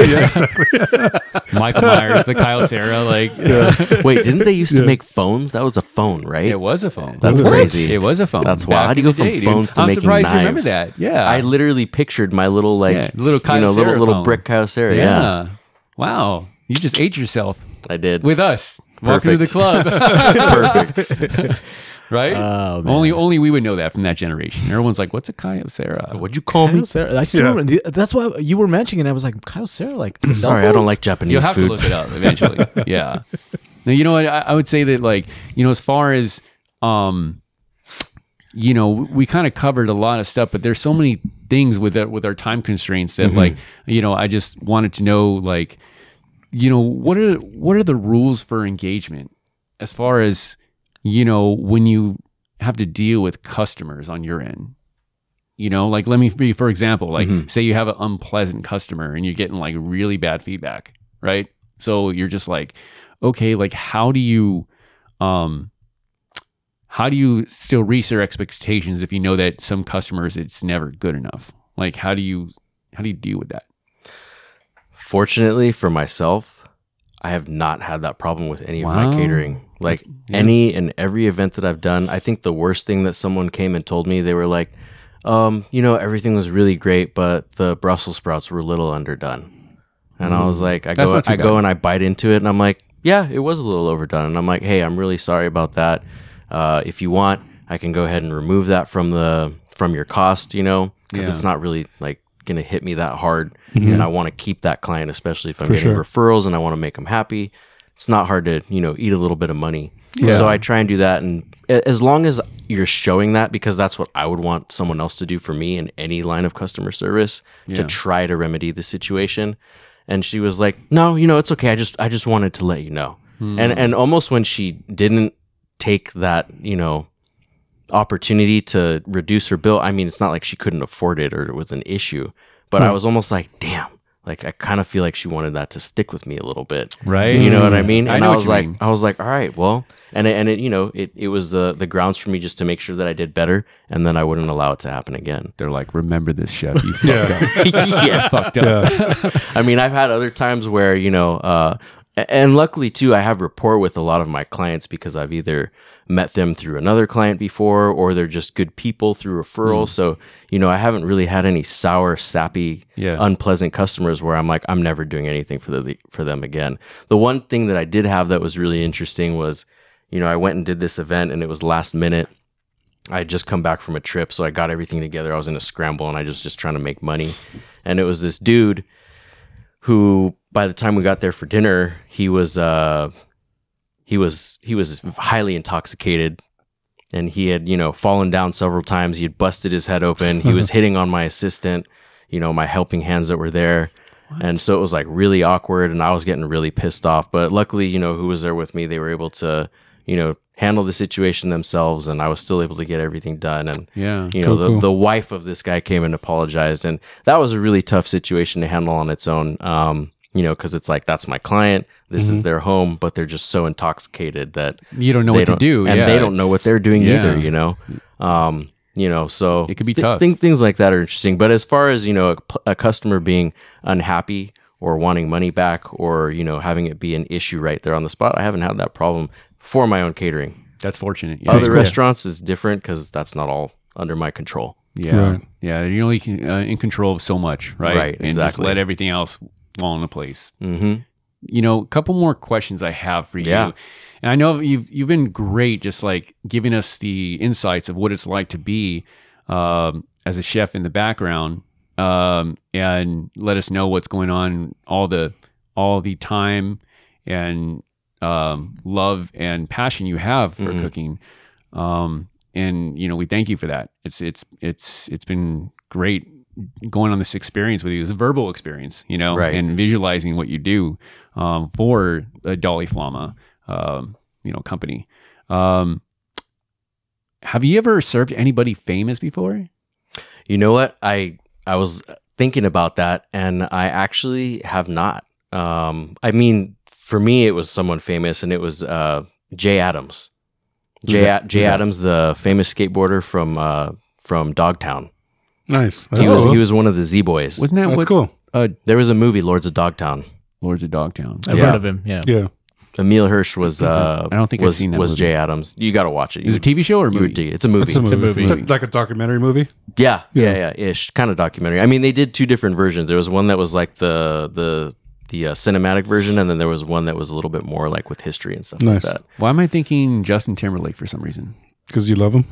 A: Michael Myers, the Kyocera, like
D: Wait, didn't they used to make phones? That was a phone, right?
A: it was a phone.
D: That's
A: What?
D: crazy.
A: It was a phone.
D: That's wild.
A: back
D: How do you
A: in
D: go
A: the
D: from
A: dude.
D: phones to
A: I'm
D: making
A: surprised you remember
D: knives?
A: that. Yeah,
D: I literally pictured my little like
A: Yeah, little
D: you know,
A: Kyocera
D: little little
A: phone.
D: brick Kyocera. Yeah.
A: Wow. You just ate yourself
D: I did.
A: with us. Welcome to the club.
D: Perfect. perfect.
A: right?
B: Oh, man.
A: only only we would know that from that generation. Everyone's like, what's a Kyocera?
D: Uh, What'd you call me?
B: Kyle Sarah. I still
C: Yeah.
B: remember, the- that's why you were mentioning it. I was like, Kyle Sarah, like, the cell
D: Sorry, I don't
B: phones?
D: like Japanese
A: You'll have
D: food.
A: to look it up eventually. yeah. Now, you know what? I, I would say that, like, you know, as far as, um, you know, we kind of covered a lot of stuff, but there's so many things with that, with our time constraints that, like, you know, I just wanted to know, like, you know, what are what are the rules for engagement as far as, you know, when you have to deal with customers on your end? You know, like let me be for example, like say you have an unpleasant customer and you're getting like really bad feedback, right? So you're just like, okay, like how do you um how do you still reach their expectations if you know that some customers it's never good enough? Like how do you how do you deal with that?
D: Fortunately for myself, I have not had that problem with any of
A: Wow.
D: my catering. Like any and every event that I've done, I think the worst thing that someone came and told me, they were like, um, you know, everything was really great, but the Brussels sprouts were a little underdone. And I was like, I
A: Mm. That's
D: go,
A: not too
D: I go and I bite into it and I'm like, yeah, it was a little overdone. And I'm like, hey, I'm really sorry about that. Uh, if you want, I can go ahead and remove that from the, from your cost, you know,
A: Yeah.
D: because
A: Mm-hmm.
D: it's not really like going to hit me that hard. And I want to keep that client, especially if I'm getting
C: sure.
D: referrals and I want to make them happy. It's not hard to, you know, eat a little bit of money.
A: Yeah.
D: So I try and do that. And a- as long as you're showing that, because that's what I would want someone else to do for me in any line of customer service to
A: Yeah.
D: try to remedy the situation. And she was like, no, you know, it's okay. I just, I just wanted to let you know.
A: Hmm.
D: And, and almost when she didn't take that, you know, opportunity to reduce her bill. I mean, it's not like she couldn't afford it or it was an issue, but I was almost like, damn, like I kind of feel like she wanted that to stick with me a little bit.
A: Right? Hmm.
D: You know what I mean?
A: I
D: And I,
A: know what
D: was
A: you
D: like,
A: mean.
D: I was like, all right, well, and it, and it, you know, it, it was the, the grounds for me just to make sure that I did better and then I wouldn't allow it to happen again.
A: They're like, remember this chef. You
C: Yeah,
D: yeah.
A: fucked up.
D: I mean, I've had other times where, you know, uh, a- and luckily too, I have rapport with a lot of my clients because I've either met them through another client before or they're just good people through referral.
A: Mm.
D: So, you know, I haven't really had any sour, sappy,
A: Yeah.
D: unpleasant customers where I'm like, I'm never doing anything for the for them again. The one thing that I did have that was really interesting was, you know, I went and did this event and it was last minute I had just come back from a trip, so I got everything together. I was in a scramble, and I was just trying to make money. And it was this dude who, by the time we got there for dinner, he was uh, he was he was highly intoxicated, and he had you know fallen down several times. He had busted his head open. He was hitting on my assistant, you know, my helping hands that were there. And so it was like really awkward, and I was getting really pissed off. But luckily, you know, who was there with me, they were able to, you know, handle the situation themselves, and I was still able to get everything done. And
A: Yeah.
D: you know, the, the wife of this guy came and apologized, and that was a really tough situation to handle on its own. Um, you know, because it's like that's my client, this is their home, but they're just so intoxicated that
A: You don't know
D: they
A: what to
D: don't-
A: do.
D: and
A: yeah,
D: they don't know
A: it's-
D: what they're doing
A: yeah.
D: either. You know, um, you know, so
A: It could be tough.
D: Think things like that are interesting, but as far as you know, a, p- a customer being unhappy or wanting money back, or you know, having it be an issue right there on the spot, I haven't had that problem for my own catering.
A: That's fortunate. Yeah.
D: Other restaurants is different because that's not all under my control.
A: Yeah,
C: Right.
A: yeah. You're only uh, in control of so much, right?
D: Right,
A: And just
D: exactly.
A: let everything else fall into place.
D: Mm-hmm.
A: You know, a couple more questions I have for you.
D: Yeah.
A: And I know you've you've been great, just like giving us the insights of what it's like to be um, as a chef in the background, um, and let us know what's going on, all the all the time and um, love and passion you have for
D: Mhm.
A: cooking. Um, and you know, we thank you for that. It's it's it's it's been great going on this experience with you, this verbal experience, you know,
D: Right.
A: and visualizing what you do um, for a Dolly Flama, um, you know, company. Um, have you ever served anybody famous before?
D: You know what? I I was thinking about that, and I actually have not. Um, I mean, for me, it was someone famous, and it was uh, Jay Adams.
A: Who's
D: Jay
A: that?
D: A- Jay
A: Who's that?
D: Adams, the famous skateboarder from uh, from Dogtown.
C: Nice.
D: He
C: That's
D: was
C: cool.
D: he was one of the Z Boys.
A: Wasn't that
C: That's
A: what
C: cool.
D: There was a movie, Lords of Dogtown.
A: Lords of Dogtown?
B: I've
D: Yeah.
B: heard of him. Yeah.
C: Yeah.
D: Emil Hirsch was. Uh,
A: I don't think I've
D: was,
A: seen that
D: was
A: movie.
D: Jay Adams. You got to watch it.
A: Is it a TV show or a
D: You would
A: movie?
D: dig it. It's a movie.
C: It's a movie.
B: movie.
C: It's like a documentary movie.
D: Yeah,
C: Yeah.
D: yeah, yeah, ish, kind of documentary. I mean, they did two different versions. There was one that was like the the the uh, cinematic version, and then there was one that was a little bit more like with history and stuff
C: Nice.
D: like that.
A: Why am I thinking Justin Timberlake for some reason?
C: Because you love him.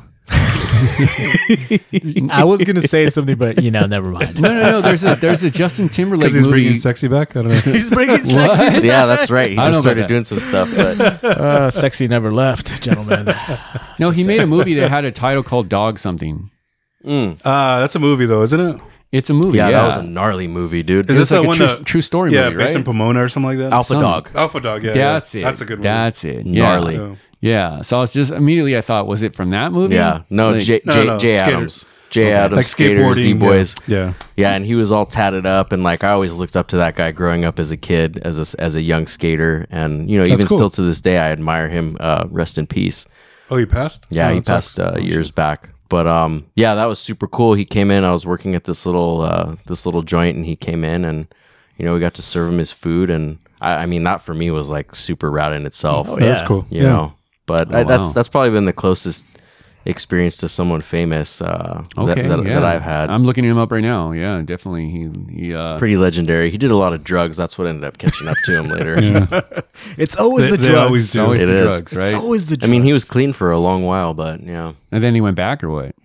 B: I was gonna say something, but you know, never mind.
A: No, no, no. There's a there's a Justin Timberlake
C: Because he's
A: movie.
C: bringing sexy back. I don't know.
B: He's bringing sexy.
D: yeah, that's right. He
A: I
D: just
A: don't know
D: started
A: about
D: doing some stuff, but
B: Uh, sexy never left, gentlemen.
A: no, he made a movie that had a title called Dog Something.
D: Mm.
C: Uh, that's a movie, though, isn't it?
A: It's a movie.
D: yeah,
A: Yeah,
D: that was a gnarly movie, dude.
C: Is
A: It's
C: this
A: like
C: that
A: a
C: one
A: true,
C: that-
A: true story
C: Yeah,
A: movie,
C: based
A: right?
C: in Pomona or something like that.
D: Alpha
A: some-
D: Dog?
C: Alpha Dog. Oh, Yeah,
A: That's
C: yeah.
A: it.
C: That's a good one.
A: That's it.
D: Gnarly.
A: Yeah. Yeah. So I was just immediately I thought, was it from that movie?
D: Yeah, no,
A: Like,
D: J,
C: No,
D: J,
C: no,
D: J
C: skaters.
D: Adams, J Adams,
C: like
D: skaters, Z
C: skateboarding
D: boys.
C: Yeah.
D: Yeah, and he was all tatted up, and like I always looked up to that guy growing up as a kid, as a, as a young skater, and you know even
C: cool.
D: still to this day I admire him. Uh, rest in peace.
C: Oh, he passed.
D: Yeah,
C: Oh,
D: he
C: that sucks.
D: passed uh, years back. But um, yeah, that was super cool. He came in. I was working at this little uh, this little joint, and he came in, and you know we got to serve him his food, and I, I mean that for me was like super rad in itself.
B: Oh,
C: That's
B: Yeah.
C: cool.
D: You know, but
A: Oh,
D: I, that's
A: wow.
D: that's probably been the closest experience to someone famous uh,
A: Okay.
D: that, that,
A: yeah.
D: that I've had.
A: I'm looking him up right now. Yeah, definitely. He he. Uh,
D: Pretty legendary. He did a lot of drugs. That's what ended up catching up to him later.
B: It's always
C: They-
B: the
C: they
B: drugs.
C: always do.
A: always
D: It
A: the
D: is.
A: drugs, right?
B: It's always the.
D: I
B: Drugs.
D: mean, he was clean for a long while, but yeah.
A: and then he went back or what?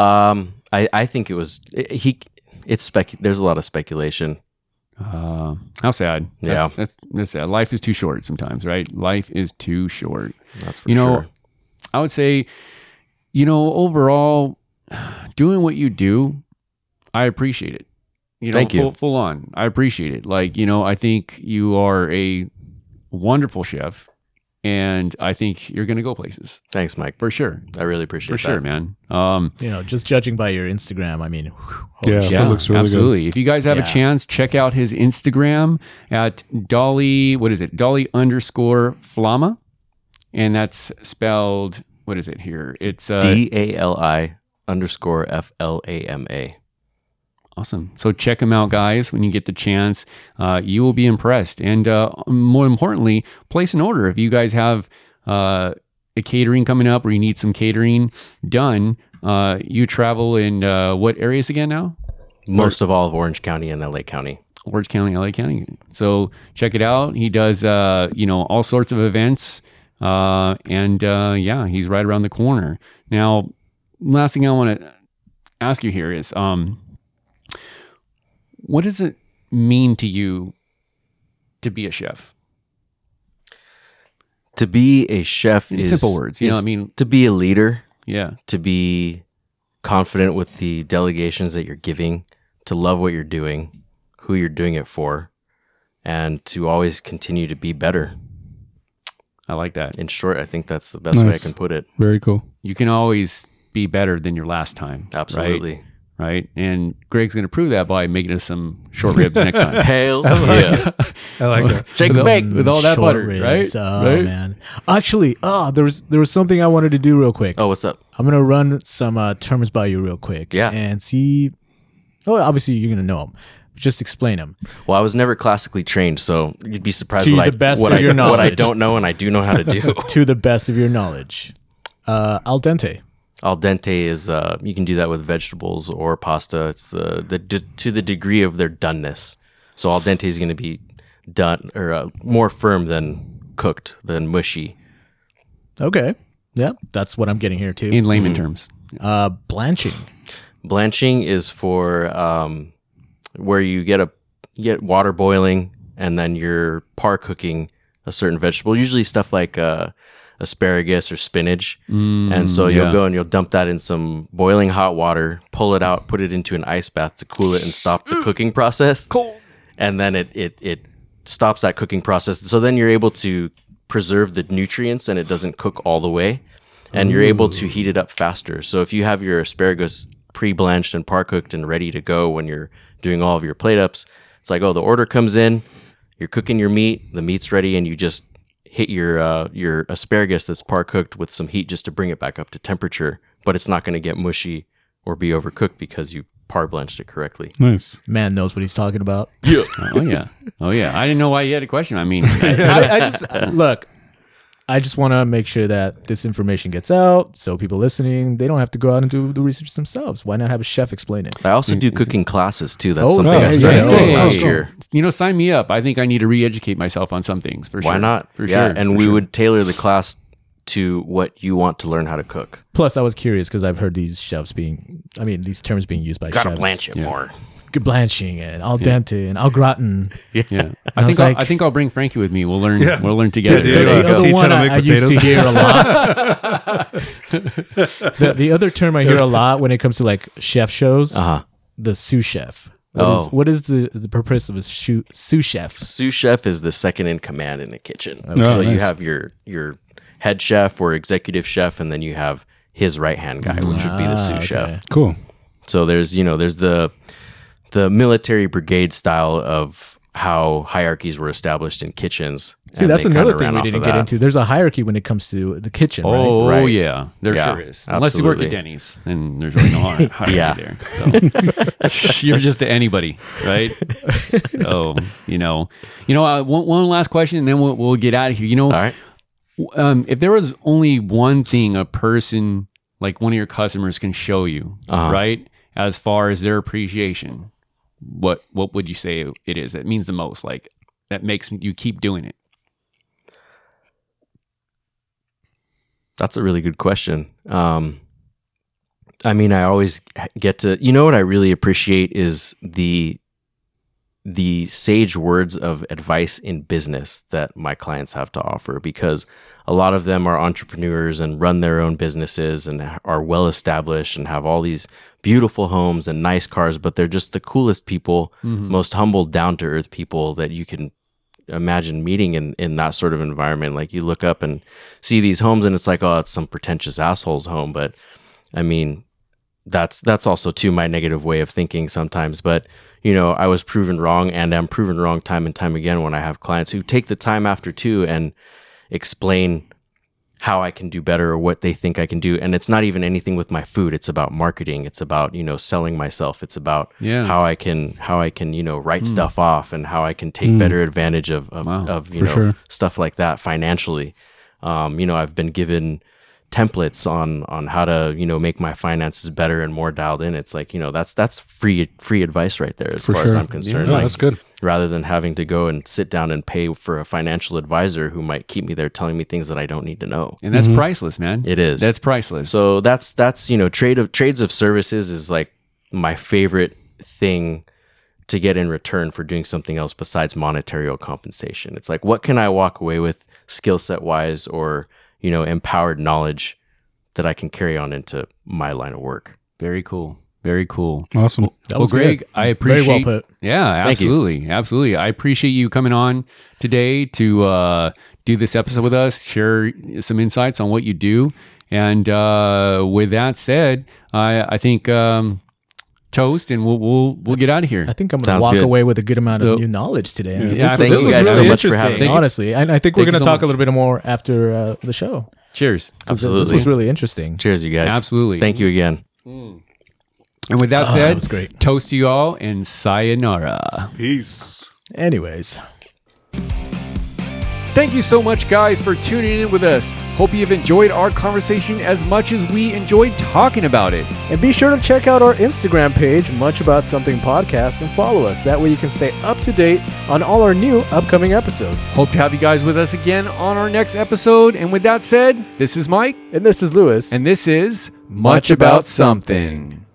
D: Um, I, I think it was he. It's spec. There's a lot of speculation.
A: Uh, how sad.
D: Yeah.
A: That's, that's that's sad. Life is too short sometimes, right? Life is too short.
D: That's for
A: you know,
D: sure.
A: I would say, you know, overall, doing what you do, I appreciate it. You know,
D: Thank you.
A: Full, full on. I appreciate it. Like, you know, I think you are a wonderful chef, and I think you're going to go places
D: Thanks, Mike.
A: for sure.
D: I really appreciate
A: For
D: that.
A: sure, man. Um,
B: you know, just judging by your Instagram, I mean, whew, holy
C: Yeah.
B: shit.
C: That looks really good.
A: absolutely. If you guys have
B: Yeah.
A: a chance, check out his Instagram at Dolly. What is it? Dolly underscore Flama, and that's spelled. What is it here? It's uh,
D: D A L I underscore F L A M A.
A: Awesome. So check them out, guys. When you get the chance, uh, you will be impressed. And uh, more importantly, place an order if you guys have uh, a catering coming up or you need some catering done. Uh, you travel in uh, what areas again now?
D: Most of all of Orange County and LA County.
A: Orange County, LA County. So check it out. He does, uh, you know, all sorts of events. Uh, and uh, yeah, he's right around the corner. Now, last thing I want to ask you here is um, what does it mean to you to be a chef?
D: To be a chef
A: In
D: is
A: simple words, you know
D: is
A: what I mean?
D: To be a leader,
A: Yeah.
D: to be confident with the delegations that you're giving, to love what you're doing, who you're doing it for, and to always continue to be better.
A: I like that.
D: In short, I think that's the best way I
C: Nice.
D: can put it.
C: Very cool.
A: You can always be better than your last time. right?
D: Absolutely.
A: Right. And Greg's going to prove that by making us some short ribs next time.
D: Hell yeah.
C: I like that.
D: Shake and bake.
A: With all that
B: Short
A: butter,
B: ribs.
A: right?
B: Oh
A: Right?
B: man. Actually, ah, there was there was something I wanted to do real quick.
D: Oh, what's up?
B: I'm gonna run some uh, terms by you real quick.
D: Yeah.
B: And see. Well, obviously you're gonna know them. Just explain them.
D: Well, I was never classically trained, so you'd be surprised
B: To
D: what,
B: the
D: I,
B: best
D: what,
B: of
D: I,
B: your
D: what I
B: knowledge.
D: don't know and I do know how to do.
B: to the best of your knowledge. Uh, al dente.
D: Al dente is uh, you can do that with vegetables or pasta. It's the the d- to the degree of their doneness. So al dente is going to be done or uh, more firm than cooked than mushy.
B: Okay. Yeah, that's what I'm getting here too.
A: In layman terms.
B: Uh, blanching.
D: Blanching is for um, where you get a you get water boiling and then you're par cooking a certain vegetable, usually stuff like uh, asparagus or spinach. and so you'll
A: yeah.
D: go and you'll dump that in some boiling hot water, pull it out, put it into an ice bath to cool it and stop the cooking process. Cool. And then it it it stops that cooking process. So then you're able to preserve the nutrients and it doesn't cook all the way. And you're able to heat it up faster. So if you have your asparagus pre-blanched and par cooked and ready to go when you're doing all of your plate ups, it's like, oh, the order comes in, you're cooking your meat, the meat's ready, and you just hit your uh, your asparagus that's par cooked with some heat just to bring it back up to temperature, but it's not going to get mushy or be overcooked because you par blanched it correctly.
C: Nice.
B: Man knows what he's talking about.
A: Oh, yeah. Oh, yeah. I didn't know why you had a question. I mean, I-
B: I, I just look. I just want to make sure that this information gets out, so people listening they don't have to go out and do the research themselves. Why not have a chef explain it?
D: I also
A: Mm,
D: do cooking classes too. That's
B: Oh,
D: something
B: yeah,
D: I
B: yeah,
D: started
B: yeah.
D: doing
B: Oh,
D: last
C: cool.
D: year.
A: you know, sign me up. I think I need to re educate myself on some things for sure.
D: Why not?
A: For
D: yeah,
A: sure.
D: and
A: for
D: we
A: sure.
D: would tailor the class to what you want to learn how to cook.
B: Plus, I was curious because I've heard these chefs being, I mean, these terms being used by
D: Gotta
B: chefs.
D: blanch it more.
B: blanching and al dente and al gratin.
A: Yeah, I think
B: was
A: I'll,
B: like-
A: I think I'll bring Frankie with me. We'll learn.
C: Yeah.
A: We'll learn together.
C: Yeah,
B: The,
C: dude.
A: right?
C: you
B: the
C: go.
B: other
C: Teach
B: one
C: how to
B: I,
C: make
B: I used to
C: potatoes.
B: hear a lot. the, the other term I hear a lot when it comes to like chef shows,
D: Uh huh.
B: the sous chef. What is
D: Oh.
B: what is the, the purpose of a shu- sous chef?
D: sous chef is the second in command in the kitchen.
C: Oh,
D: so you
C: nice.
D: have your your head chef or executive chef, and then you have his right hand guy, which would be the
B: Ah,
D: sous chef.
C: Cool.
D: So there's you know there's the the military brigade style of how hierarchies were established in kitchens.
B: See, that's another thing we didn't get into. There's a hierarchy when it comes to the kitchen, right?
A: Oh
D: Right.
A: yeah, there
D: Yeah,
A: sure is. Unless you work
D: absolutely.
A: at Denny's, then there's really no har- hierarchy
D: Yeah.
A: there. So. You're just anybody, right? Oh, you know, you know. Uh, one, one last question, and then we'll, we'll get out of here. You know,
D: All right.
A: um, if there was only one thing a person like one of your customers can show you,
D: Uh-huh.
A: right, as far as their appreciation, what what would you say it is that means the most? Like that makes you keep doing it.
D: That's a really good question. Um, I mean, I always h- get to you know what I really appreciate is the the sage words of advice in business that my clients have to offer because a lot of them are entrepreneurs and run their own businesses and are well established and have all these beautiful homes and nice cars but they're just the coolest people
A: Mm-hmm.
D: most humble down to earth people that you can imagine meeting in in that sort of environment like you look up and see these homes and it's like oh it's some pretentious asshole's home but i mean that's that's also too my negative way of thinking sometimes but you know i was proven wrong and i'm proven wrong time and time again when i have clients who take the time after two and explain how i can do better or what they think i can do and it's not even anything with my food it's about marketing it's about you know selling myself it's about
A: Yeah.
D: how i can how i can you know write
C: Hmm.
D: stuff off and how i can take better advantage of of, of you know
C: sure.
D: stuff like that financially um, you know i've been given templates on on how to you know make my finances better and more dialed in it's like you know that's that's free free advice right there as far as
C: sure.
D: i'm concerned
C: No,
D: like
C: Oh, that's good.
D: rather than having to go and sit down and pay for a financial advisor who might keep me there telling me things that I don't need to know.
A: and that's priceless, man.
D: Mm-hmm. It is.
A: That's priceless.
D: So that's that's you know trade of trades of services is like my favorite thing to get in return for doing something else besides monetary compensation. It's like what can I walk away with skill set wise or you know empowered knowledge that I can carry on into my line of work.
A: very cool. Very cool.
C: Awesome.
B: That
A: well,
B: was
A: Greg,
B: good.
A: I
B: Very
A: appreciate.
B: well put.
A: Yeah,
D: Thank you.
A: absolutely, absolutely. I appreciate you coming on today to uh, do this episode with us, share some insights on what you do, and uh, with that said, I, I think um, toast, and we'll we'll we'll get out of here.
B: I think I'm gonna
D: Sounds
B: walk
D: good.
B: away with a good amount of
A: So-
B: new knowledge today.
A: Yeah,
B: was-
A: thank you
B: was
A: guys so
D: much for having
B: interesting,
A: me.
B: honestly, and I think we're
A: Thank you so
B: gonna talk
A: much.
B: a little bit more after uh, the show.
A: Cheers.
B: 'Cause th- this
D: Absolutely.
B: was really interesting.
D: Cheers, you guys.
A: Absolutely.
D: Thank you again.
A: And with that
B: Oh,
A: said,
B: that was great.
A: toast to you all and sayonara.
C: Peace.
B: Anyways.
A: Thank you so much, guys, for tuning in with us. Hope you've enjoyed our conversation as much as we enjoyed talking about it.
B: And be sure to check out our Instagram page, Much About Something Podcast, and follow us. That way you can stay up to date on all our new upcoming episodes.
A: Hope to have you guys with us again on our next episode. And with that said, this is Mike,
B: And this is Lewis.
A: and this is
B: Much About Something.